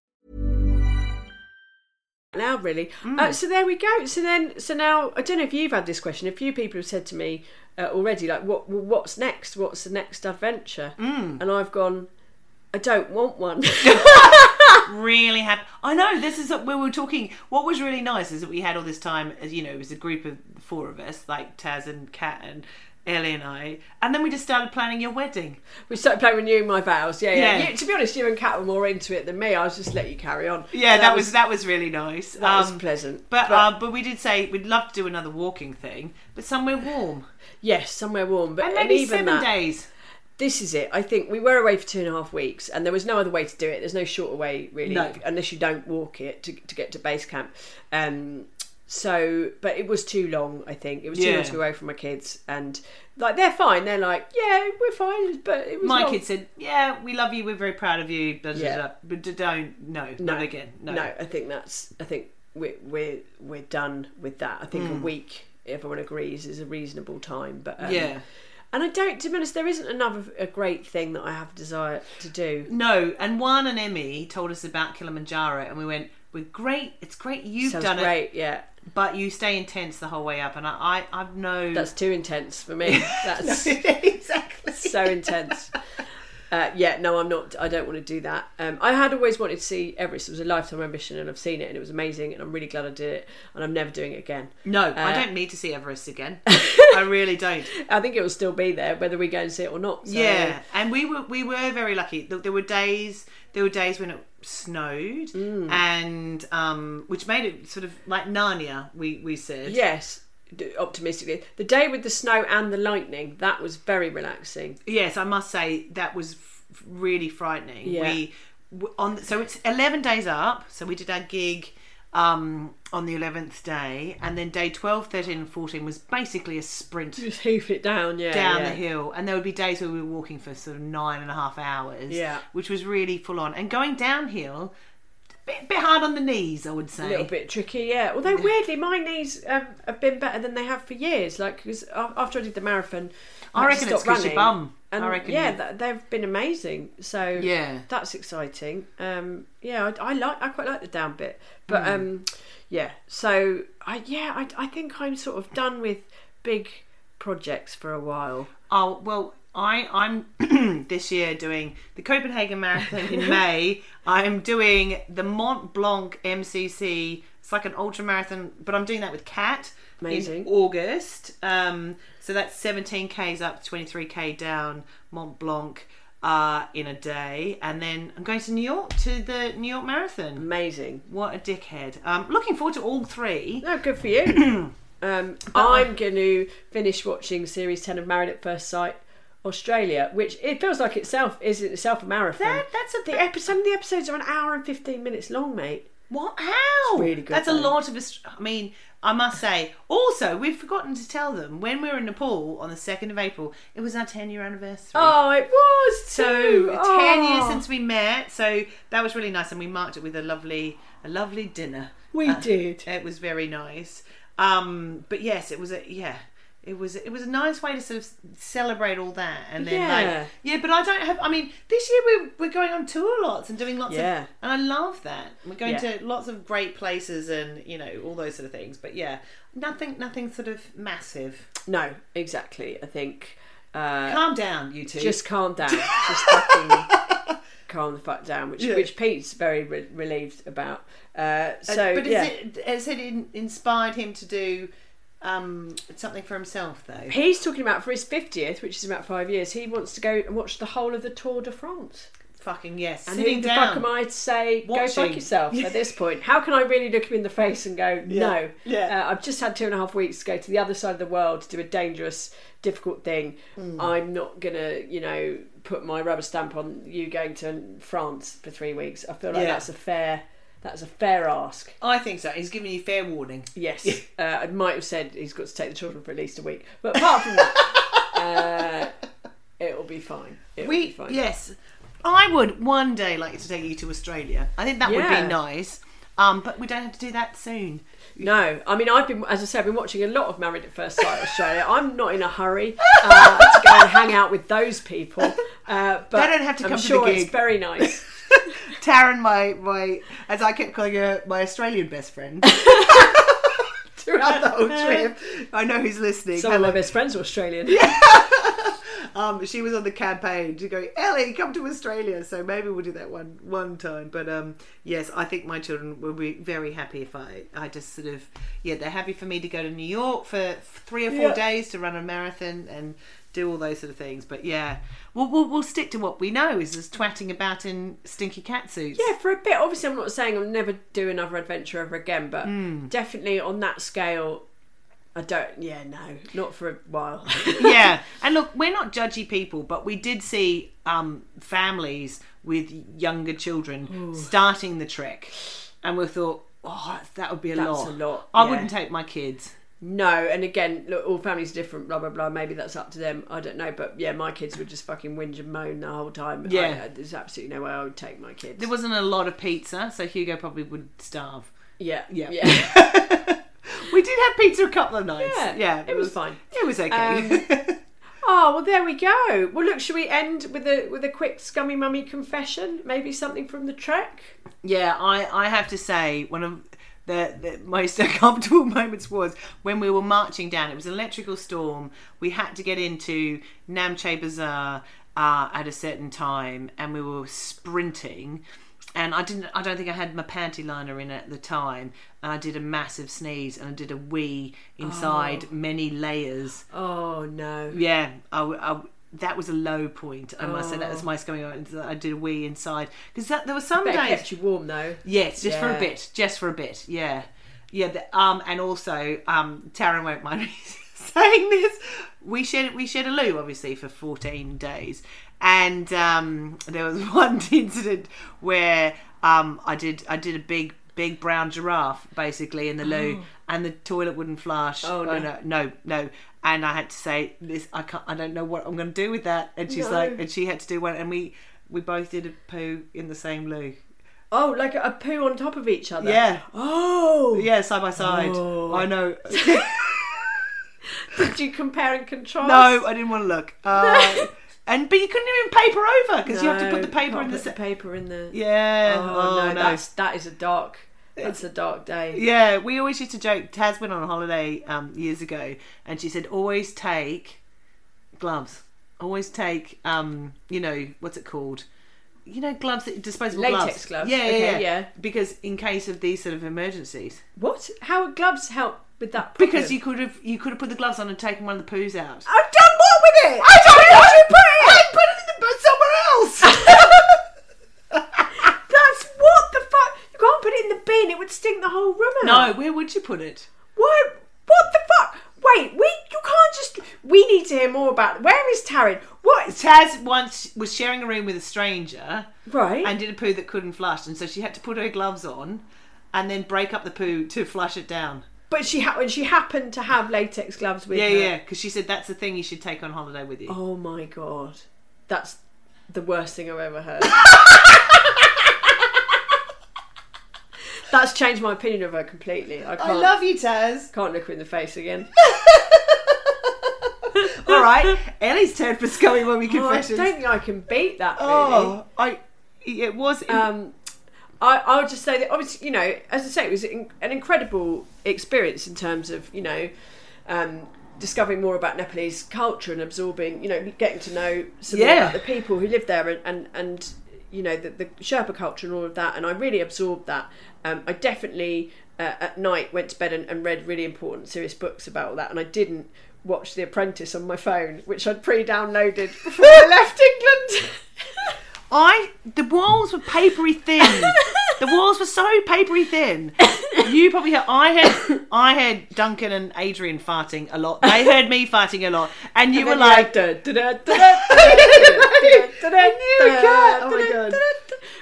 Speaker 2: now, really.
Speaker 1: Hmm.
Speaker 2: Uh, so there we go. So then, so now, I don't know if you've had this question. A few people have said to me uh, already, like, what well, what's next? What's the next adventure?
Speaker 1: Hmm.
Speaker 2: And I've gone, I don't want
Speaker 1: (laughs)
Speaker 2: one.
Speaker 1: Really happy. I know this is where we were talking. What was really nice is that we had all this time. As you know, it was a group of the four of us, like Taz and Kat and Ellie and I, and then we just started planning your wedding.
Speaker 2: we started playing renewing my vows. Yeah, yeah.
Speaker 1: Yeah.
Speaker 2: You, to be honest, you and Kat were more into it than me. I was just let you carry on. Um,
Speaker 1: Yeah,
Speaker 2: And
Speaker 1: that was that was really nice. Um,
Speaker 2: that was pleasant. But-
Speaker 1: But but, uh, but we did say we'd love to do another walking thing, but somewhere warm
Speaker 2: yes, somewhere warm, but
Speaker 1: and
Speaker 2: and
Speaker 1: maybe
Speaker 2: even
Speaker 1: seven
Speaker 2: that,
Speaker 1: days.
Speaker 2: this is it. I think we were away for two and a half weeks, and there was no other way to do it. There's no shorter way, really,
Speaker 1: No.
Speaker 2: unless you don't walk it to, to get to base camp. Um, so, but it was too long. I think it was too
Speaker 1: Yeah.
Speaker 2: long to be away from my kids, and like they're fine. They're like, yeah, we're fine. But it was
Speaker 1: My
Speaker 2: long.
Speaker 1: kid said, "Yeah, we love you. We're very proud of you." Blah, blah,
Speaker 2: Yeah.
Speaker 1: blah. But d- don't no, not again. No.
Speaker 2: I think that's. I think we're we're we're done with that. I think a
Speaker 1: Mm.
Speaker 2: week, everyone agrees, is a reasonable time. But um,
Speaker 1: Yeah.
Speaker 2: and I don't. To be honest, there isn't another a great thing that I have desire to do.
Speaker 1: No. And Juan and Emmy told us about Kilimanjaro, and we went, "We're great. It's great. You've
Speaker 2: Sounds
Speaker 1: done
Speaker 2: great, yeah.
Speaker 1: it, but you stay intense the whole way up." And I, I I've no.
Speaker 2: That's too intense for me. That's
Speaker 1: (laughs) exactly
Speaker 2: so intense. Uh, yeah, no, I'm not. I don't want to do that. Um, I had always wanted to see Everest. It was a lifetime ambition, and I've seen it, and it was amazing, and I'm really glad I did it, and I'm never doing it again.
Speaker 1: No, I
Speaker 2: Uh,
Speaker 1: don't need to see Everest
Speaker 2: (laughs)
Speaker 1: again. I really don't.
Speaker 2: I think it will still be there, whether we go and see it or not. So.
Speaker 1: Yeah, and we were we were very lucky. There there were days there were days when it snowed,
Speaker 2: Mm.
Speaker 1: and um, which made it sort of like Narnia. We we said
Speaker 2: Yes, d- optimistically. The day with the snow and the lightning, that was very relaxing.
Speaker 1: yes. I must say that was f- really frightening.
Speaker 2: Yeah.
Speaker 1: We w- on so it's eleven days up. So we did our gig um on the 11th day and then day 12 13 and 14 was basically a sprint
Speaker 2: Just hoof it down, yeah.
Speaker 1: down
Speaker 2: yeah.
Speaker 1: the hill and there would be days where we were walking for sort of nine and a half hours
Speaker 2: Yeah.
Speaker 1: which was really full on and going downhill bit, bit hard on the knees i would
Speaker 2: A
Speaker 1: say
Speaker 2: little bit tricky, yeah. Although weirdly, my knees um, have been better than they have for years. Like because after I did the marathon,
Speaker 1: I
Speaker 2: had to
Speaker 1: reckon it's
Speaker 2: stop
Speaker 1: 'cause your
Speaker 2: running.
Speaker 1: bum. I
Speaker 2: And
Speaker 1: reckon
Speaker 2: yeah,
Speaker 1: you-
Speaker 2: th- they've been amazing. So
Speaker 1: Yeah.
Speaker 2: that's exciting. Um, yeah, I, I like I quite like the down bit, but
Speaker 1: Hmm.
Speaker 2: um, yeah. So I yeah I, I think I'm sort of done with big projects for a while.
Speaker 1: oh well I, I'm (clears throat) this year doing the Copenhagen Marathon (laughs) in May. I'm doing the Mont Blanc MCC. It's like an ultra marathon, but I'm doing that with Kat
Speaker 2: Amazing.
Speaker 1: in August. Um, so that's 17 k's up, 23 k down Mont Blanc uh, in a day, and then I'm going to New York to the New York Marathon.
Speaker 2: Amazing.
Speaker 1: What a dickhead! Um, looking forward to all three.
Speaker 2: No, good for
Speaker 1: (clears throat)
Speaker 2: you. um, I'm going to finish watching series 10 of Married at First Sight Australia, which it feels like itself is itself a marathon.
Speaker 1: That- that's a
Speaker 2: the
Speaker 1: bit-
Speaker 2: episode. Some of the episodes are an hour and 15 minutes long, mate.
Speaker 1: What? How?
Speaker 2: really good,
Speaker 1: That's a
Speaker 2: though.
Speaker 1: lot of. Ast- I mean, I must say. Also, we've forgotten to tell them when we were in Nepal on the second of April. It was our ten year anniversary.
Speaker 2: Oh, it was
Speaker 1: So
Speaker 2: too.
Speaker 1: ten
Speaker 2: Oh.
Speaker 1: years since we met, so that was really nice, and we marked it with a lovely, a lovely dinner. Uh,
Speaker 2: We did.
Speaker 1: It was very nice. Um, but yes, it was a yeah. It was it was a nice way to sort of celebrate all that, and then
Speaker 2: Yeah.
Speaker 1: like yeah. But I don't have. I mean, this year we're we're going on tour lots and doing lots
Speaker 2: Yeah.
Speaker 1: of, and I love that. We're going
Speaker 2: Yeah.
Speaker 1: to lots of great places and you know all those sort of things. But yeah, nothing nothing sort of massive.
Speaker 2: No, exactly. I think
Speaker 1: Calm down, you two.
Speaker 2: Uh, just calm
Speaker 1: (laughs)
Speaker 2: down. Just fucking calm the fuck down. Which
Speaker 1: Yeah.
Speaker 2: which Pete's very re- relieved about. Uh, so
Speaker 1: but
Speaker 2: yeah.
Speaker 1: is it has it in, inspired him to do um, something for himself though?
Speaker 2: He's talking about for his 50th, which is about five years, he wants to go and watch the whole of the Tour de France.
Speaker 1: Fucking yes,
Speaker 2: And
Speaker 1: sitting
Speaker 2: who the
Speaker 1: down.
Speaker 2: fuck am I to say, go
Speaker 1: Watching.
Speaker 2: fuck yourself at
Speaker 1: (laughs)
Speaker 2: this point? How can I really look him in the face and go, no?
Speaker 1: Yeah.
Speaker 2: Uh, I've just had two and a half weeks to go to the other side of the world to do a dangerous, difficult thing.
Speaker 1: Hmm.
Speaker 2: I'm not going to, you know, put my rubber stamp on you going to France for three weeks. I feel like
Speaker 1: Yeah.
Speaker 2: that's a fair. That's a fair ask.
Speaker 1: I think so. He's giving you fair warning.
Speaker 2: Yes, uh, I might have said he's got to take the children for at least a week, but apart from
Speaker 1: (laughs)
Speaker 2: that, uh, it'll be fine. It'll be
Speaker 1: We
Speaker 2: fine.
Speaker 1: yes, I would one day like to take you to Australia. I think that would
Speaker 2: Yeah.
Speaker 1: be nice. Um, but we don't have to do that soon.
Speaker 2: No, I mean I've been, as I said, I've been watching a lot of Married at First Sight Australia. I'm not in a hurry
Speaker 1: (laughs)
Speaker 2: uh, to go and hang out with those people. Uh, but
Speaker 1: They don't have to
Speaker 2: I'm
Speaker 1: come to the
Speaker 2: sure
Speaker 1: gig.
Speaker 2: It's very
Speaker 1: (laughs)
Speaker 2: nice.
Speaker 1: Taryn, my my as I kept calling her my Australian best friend (laughs) throughout the whole trip. I know who's listening.
Speaker 2: Some of my
Speaker 1: Hello.
Speaker 2: best friends are Australian.
Speaker 1: Um, she was on the campaign to go, Ellie, come to Australia. So maybe we'll do that one one time. But um, yes, I think my children will be very happy if I, I just sort of, yeah, they're happy for me to go to New York for three or four
Speaker 2: Yeah.
Speaker 1: days to run a marathon and do all those sort of things. But yeah, we'll, we'll, we'll stick to what we know is this twatting about in stinky cat suits.
Speaker 2: Yeah, for a bit. Obviously, I'm not saying I'll never do another adventure ever again, but
Speaker 1: Hmm.
Speaker 2: definitely on that scale, I don't. Yeah, no, not for a
Speaker 1: (laughs)
Speaker 2: while.
Speaker 1: yeah. And look, we're not judgy people, but we did see um, families with younger children starting the trek, and we thought, oh, that would be a
Speaker 2: That's
Speaker 1: lot.
Speaker 2: a lot,
Speaker 1: I
Speaker 2: yeah.
Speaker 1: wouldn't take my kids.
Speaker 2: No, and again, look, all families are different, blah blah blah. Maybe that's up to them. I don't know, but yeah, my kids would just fucking whinge and moan the whole time.
Speaker 1: Yeah.
Speaker 2: I- there's absolutely no way I would take my kids.
Speaker 1: There wasn't a lot of pizza, so Hugo probably would starve.
Speaker 2: yeah, yeah, (laughs)
Speaker 1: We did have pizza a couple of nights.
Speaker 2: Yeah,
Speaker 1: Yeah,
Speaker 2: it was fine.
Speaker 1: It was Um, okay. (laughs)
Speaker 2: oh well, there we go. Well, look, should we end with a with a quick scummy mummy confession? Maybe something from the trek.
Speaker 1: Yeah, I, I have to say one of the, the most (laughs) uncomfortable moments was when we were marching down. It was an electrical storm. We had to get into Namche Bazaar uh, at a certain time, and we were sprinting. And I didn't. I don't think I had my panty liner in at the time, and I did a massive sneeze and I did a wee inside many layers.
Speaker 2: Oh no.
Speaker 1: Yeah, I, w- I w- that was a low point. I must say that was my going on. I did a wee inside because there were some
Speaker 2: But Oh. it
Speaker 1: days.
Speaker 2: kept you warm though.
Speaker 1: Yes, just for
Speaker 2: Yeah.
Speaker 1: a bit, just for a bit. Yeah, yeah. The, um, and also, um, Taryn won't mind me (laughs) saying this. We shared we shared a loo obviously for fourteen days, and um, there was (laughs) one incident where um, I did I did a big big brown giraffe basically in the loo, and the toilet wouldn't flush. Oh no, no, no. And I had to say this. I can't. I don't know what I'm going to do with that. And she's like, and she had to do one, and we. We both did a poo in the same loo.
Speaker 2: Oh, like a poo on top of each other.
Speaker 1: Yeah.
Speaker 2: Oh.
Speaker 1: Yeah, side by side.
Speaker 2: Oh.
Speaker 1: I know.
Speaker 2: Did you compare and contrast?
Speaker 1: (laughs) no, I didn't want to
Speaker 2: (laughs)
Speaker 1: look. Uh, and but you couldn't even paper over because you have to
Speaker 2: No,
Speaker 1: put the paper
Speaker 2: can't
Speaker 1: in the.
Speaker 2: put
Speaker 1: se-
Speaker 2: paper in the.
Speaker 1: yeah.
Speaker 2: Oh, no, that's that is a dark. That's a dark day.
Speaker 1: Yeah, we always used to joke. Taz went on a holiday um, years ago, and she said, "Always take gloves. Always take, um, you know, what's it called? You know, gloves, that- disposable
Speaker 2: Latex
Speaker 1: gloves.
Speaker 2: gloves.
Speaker 1: Yeah, yeah,
Speaker 2: Okay,
Speaker 1: yeah,
Speaker 2: yeah.
Speaker 1: Because in case of these sort of emergencies,
Speaker 2: What? How would gloves help with that? Problem?
Speaker 1: because you could have you could have put the gloves on and taken one of the poos
Speaker 2: I've
Speaker 1: out.
Speaker 2: done what with it?
Speaker 1: I don't know what you put it in. I put it in the boot somewhere else. (laughs)
Speaker 2: (laughs) That's what the fuck. You can't put it in the bin. It would stink the whole room.
Speaker 1: no,
Speaker 2: Out.
Speaker 1: where would you put it?
Speaker 2: What? What the fuck? Wait, we you can't just. We need to hear more about. Where is Taryn? What is
Speaker 1: Taz once was sharing a room with a stranger
Speaker 2: right?
Speaker 1: and did a poo that couldn't flush, and so she had to put her gloves on and then break up the poo to flush it down.
Speaker 2: But she ha- and she happened to have latex gloves with
Speaker 1: yeah,
Speaker 2: her.
Speaker 1: yeah, because she said that's the thing you should take on holiday with you.
Speaker 2: Oh my god, that's the worst thing I've ever
Speaker 1: (laughs)
Speaker 2: heard. that's changed my opinion of her completely. I can't,
Speaker 1: I love you, Taz.
Speaker 2: can't look her in the face again.
Speaker 1: All
Speaker 2: (laughs)
Speaker 1: right, Ellie's turn for Scully when we
Speaker 2: Oh, I
Speaker 1: confessions.
Speaker 2: don't think I can beat that. Really.
Speaker 1: oh, I. It was.
Speaker 2: um, I, I would just say that obviously, you know, as I say, it was in, an incredible experience in terms of, you know, um, discovering more about Nepalese culture and absorbing, you know, getting to know some more
Speaker 1: Yeah.
Speaker 2: about the people who live there and, and, and you know, the, the Sherpa culture and all of that. And I really absorbed that. Um, I definitely uh, at night went to bed and, and read really important, serious books about all that. And I didn't watch The Apprentice on my phone, which I'd pre downloaded before I left England. (laughs)
Speaker 1: I the walls were
Speaker 2: (laughs)
Speaker 1: papery thin. the walls were so papery thin. You probably heard I had I had Duncan and Adrian farting a lot. They heard me farting a lot, and you were
Speaker 2: (laughs)
Speaker 1: like,
Speaker 2: oh
Speaker 1: Oh my God.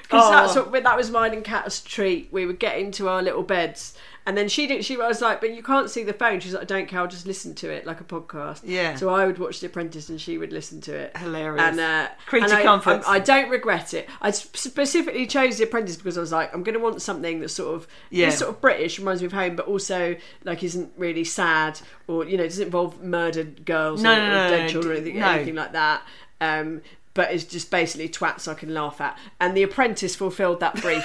Speaker 2: Because that's
Speaker 1: Oh.
Speaker 2: what that was mine and Kat's treat. We would get into our little beds, and then she did. She was like, "But you can't see the phone." She's like, "I don't care. I'll just listen to it like a podcast."
Speaker 1: Yeah.
Speaker 2: So I would watch The Apprentice, and she would listen to it.
Speaker 1: Hilarious.
Speaker 2: And uh,
Speaker 1: Creature
Speaker 2: and I,
Speaker 1: comforts.
Speaker 2: I, I don't regret it. I specifically chose The Apprentice because I was like, I'm going to want something that sort of
Speaker 1: Yeah.
Speaker 2: is sort of British, reminds me of home, but also like isn't really sad or you know doesn't involve murdered girls
Speaker 1: No,
Speaker 2: or,
Speaker 1: no,
Speaker 2: or
Speaker 1: no,
Speaker 2: dead
Speaker 1: no,
Speaker 2: children or
Speaker 1: d-
Speaker 2: anything,
Speaker 1: no.
Speaker 2: anything like that. Um, but it's just basically twats I can laugh at. And The Apprentice fulfilled that
Speaker 1: (laughs)
Speaker 2: brief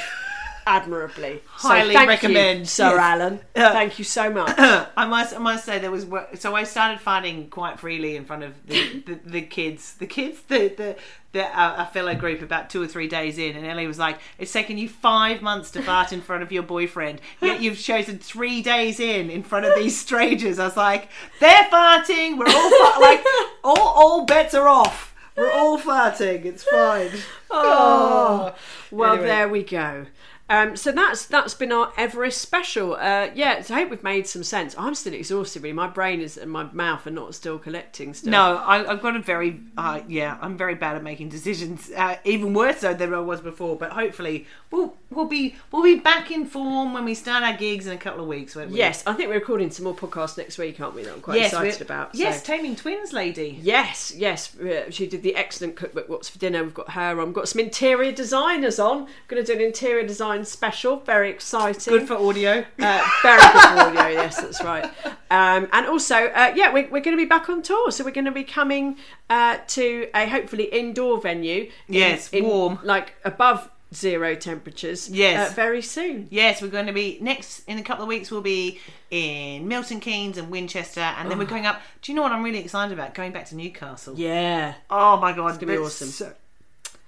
Speaker 2: admirably. So
Speaker 1: Highly
Speaker 2: thank you,
Speaker 1: recommend.
Speaker 2: Sir
Speaker 1: Yes.
Speaker 2: Alan.
Speaker 1: (laughs) Uh,
Speaker 2: thank you so
Speaker 1: (coughs)
Speaker 2: much.
Speaker 1: I must, I must say there was wo- so I started farting quite freely in front of (laughs) the, the, the kids, the kids, the the, the uh, our fellow group about two or three days in, and Ellie was like, "It's taken you five months to fart in front of your boyfriend, yet you've chosen three days in in front of these strangers." I was like, "They're farting. We're all fart- like, all all bets are off. We're all farting. It's fine." (laughs) Oh,
Speaker 2: Well,
Speaker 1: Anyway.
Speaker 2: there we go. Um, so that's that's been our Everest special. Uh, yeah, so I hope we've made some sense. I'm still exhausted, really. My brain is and my mouth are not still collecting. Still,
Speaker 1: No, I, I've got a very uh, yeah. I'm very bad at making decisions, uh, even worse so than I was before. But hopefully, we'll we'll be we'll be back in form when we start our gigs in a couple of weeks, won't we?
Speaker 2: Yes, I think we're recording some more podcasts next week, aren't we? That I'm quite excited
Speaker 1: we're-
Speaker 2: about. so-
Speaker 1: Yes, taming twins, lady.
Speaker 2: Yes, yes. uh, She did the excellent cookbook What's for Dinner. We've got her on. We've got some interior designers on. Going to do an interior design special. Very exciting.
Speaker 1: Good for (laughs) audio.
Speaker 2: Uh, very good for audio, yes, that's right. Um, and also, uh, yeah, we're, we're going to be back on tour. So we're going to be coming uh, to a hopefully indoor venue. in-
Speaker 1: Yes,
Speaker 2: in,
Speaker 1: warm.
Speaker 2: Like above zero temperatures.
Speaker 1: Yes.
Speaker 2: Uh, very soon.
Speaker 1: Yes, we're going to be next in a couple of weeks. We'll be in Milton Keynes and Winchester, and then we're going up. Do you know what I'm really excited about? Going back to Newcastle.
Speaker 2: Yeah.
Speaker 1: Oh my god, it's
Speaker 2: gonna be awesome.
Speaker 1: So,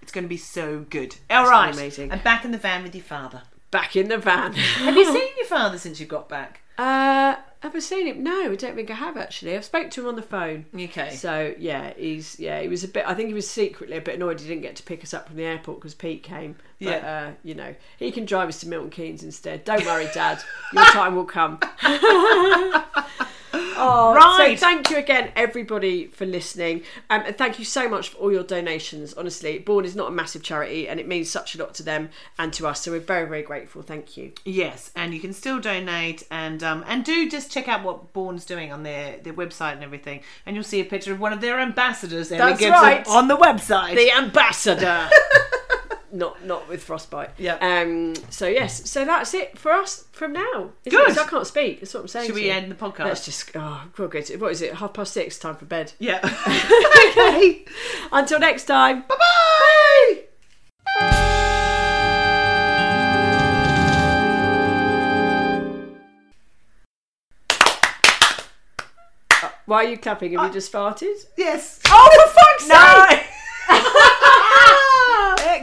Speaker 1: it's going to be so good. All
Speaker 2: be
Speaker 1: right,
Speaker 2: amazing.
Speaker 1: And back in the van with your father.
Speaker 2: Back in the van.
Speaker 1: Have you seen your father since you got back?
Speaker 2: Uh, have I seen him? No, I don't think I have actually. I've spoke to him on the phone.
Speaker 1: Okay.
Speaker 2: So yeah, he's yeah, he was a bit. I think he was secretly a bit annoyed he didn't get to pick us up from the airport because Pete came. But,
Speaker 1: Yeah.
Speaker 2: Uh, you know, he can drive us to Milton Keynes instead. Don't worry, Dad. Your time will come. (laughs) Oh,
Speaker 1: Right.
Speaker 2: So thank you again, everybody, for listening. Um, and thank you so much for all your donations. Honestly, Born is not a massive charity and it means such a lot to them and to us. So we're very, very grateful. Thank you.
Speaker 1: Yes, and you can still donate and um, and do just check out what Bourne's doing on their, their website and everything, and you'll see a picture of one of their ambassadors, Emily
Speaker 2: That's
Speaker 1: Gibson,
Speaker 2: right.
Speaker 1: on the website.
Speaker 2: the
Speaker 1: (laughs)
Speaker 2: ambassador. not not with frostbite.
Speaker 1: Yep.
Speaker 2: Um. So yes. So that's it for us from now. isn't
Speaker 1: Good.
Speaker 2: it? 'Cause I can't speak. That's what I'm saying.
Speaker 1: Should
Speaker 2: to
Speaker 1: we
Speaker 2: you.
Speaker 1: end the podcast?
Speaker 2: Let's just. Oh, we'll go to, what is it? Half past six. Time for
Speaker 1: (laughs)
Speaker 2: bed. (laughs)
Speaker 1: yeah. okay.
Speaker 2: Until next time.
Speaker 1: Bye bye.
Speaker 2: Why are you clapping? Have you just farted?
Speaker 1: Yes. Oh, for fuck's sake! (laughs)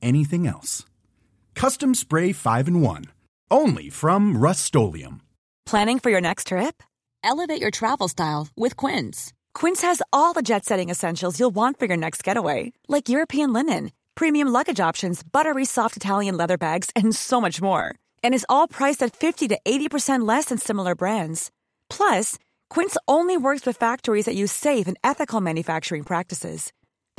Speaker 4: anything else. Custom Spray 5 and 1. Only from Rustolium.
Speaker 5: Planning for your next trip? Elevate your travel style with Quince. Quince has all the jet setting essentials you'll want for your next getaway, like European linen, premium luggage options, buttery soft Italian leather bags, and so much more. And is all priced at 50 to 80% less than similar brands. Plus, Quince only works with factories that use safe and ethical manufacturing practices.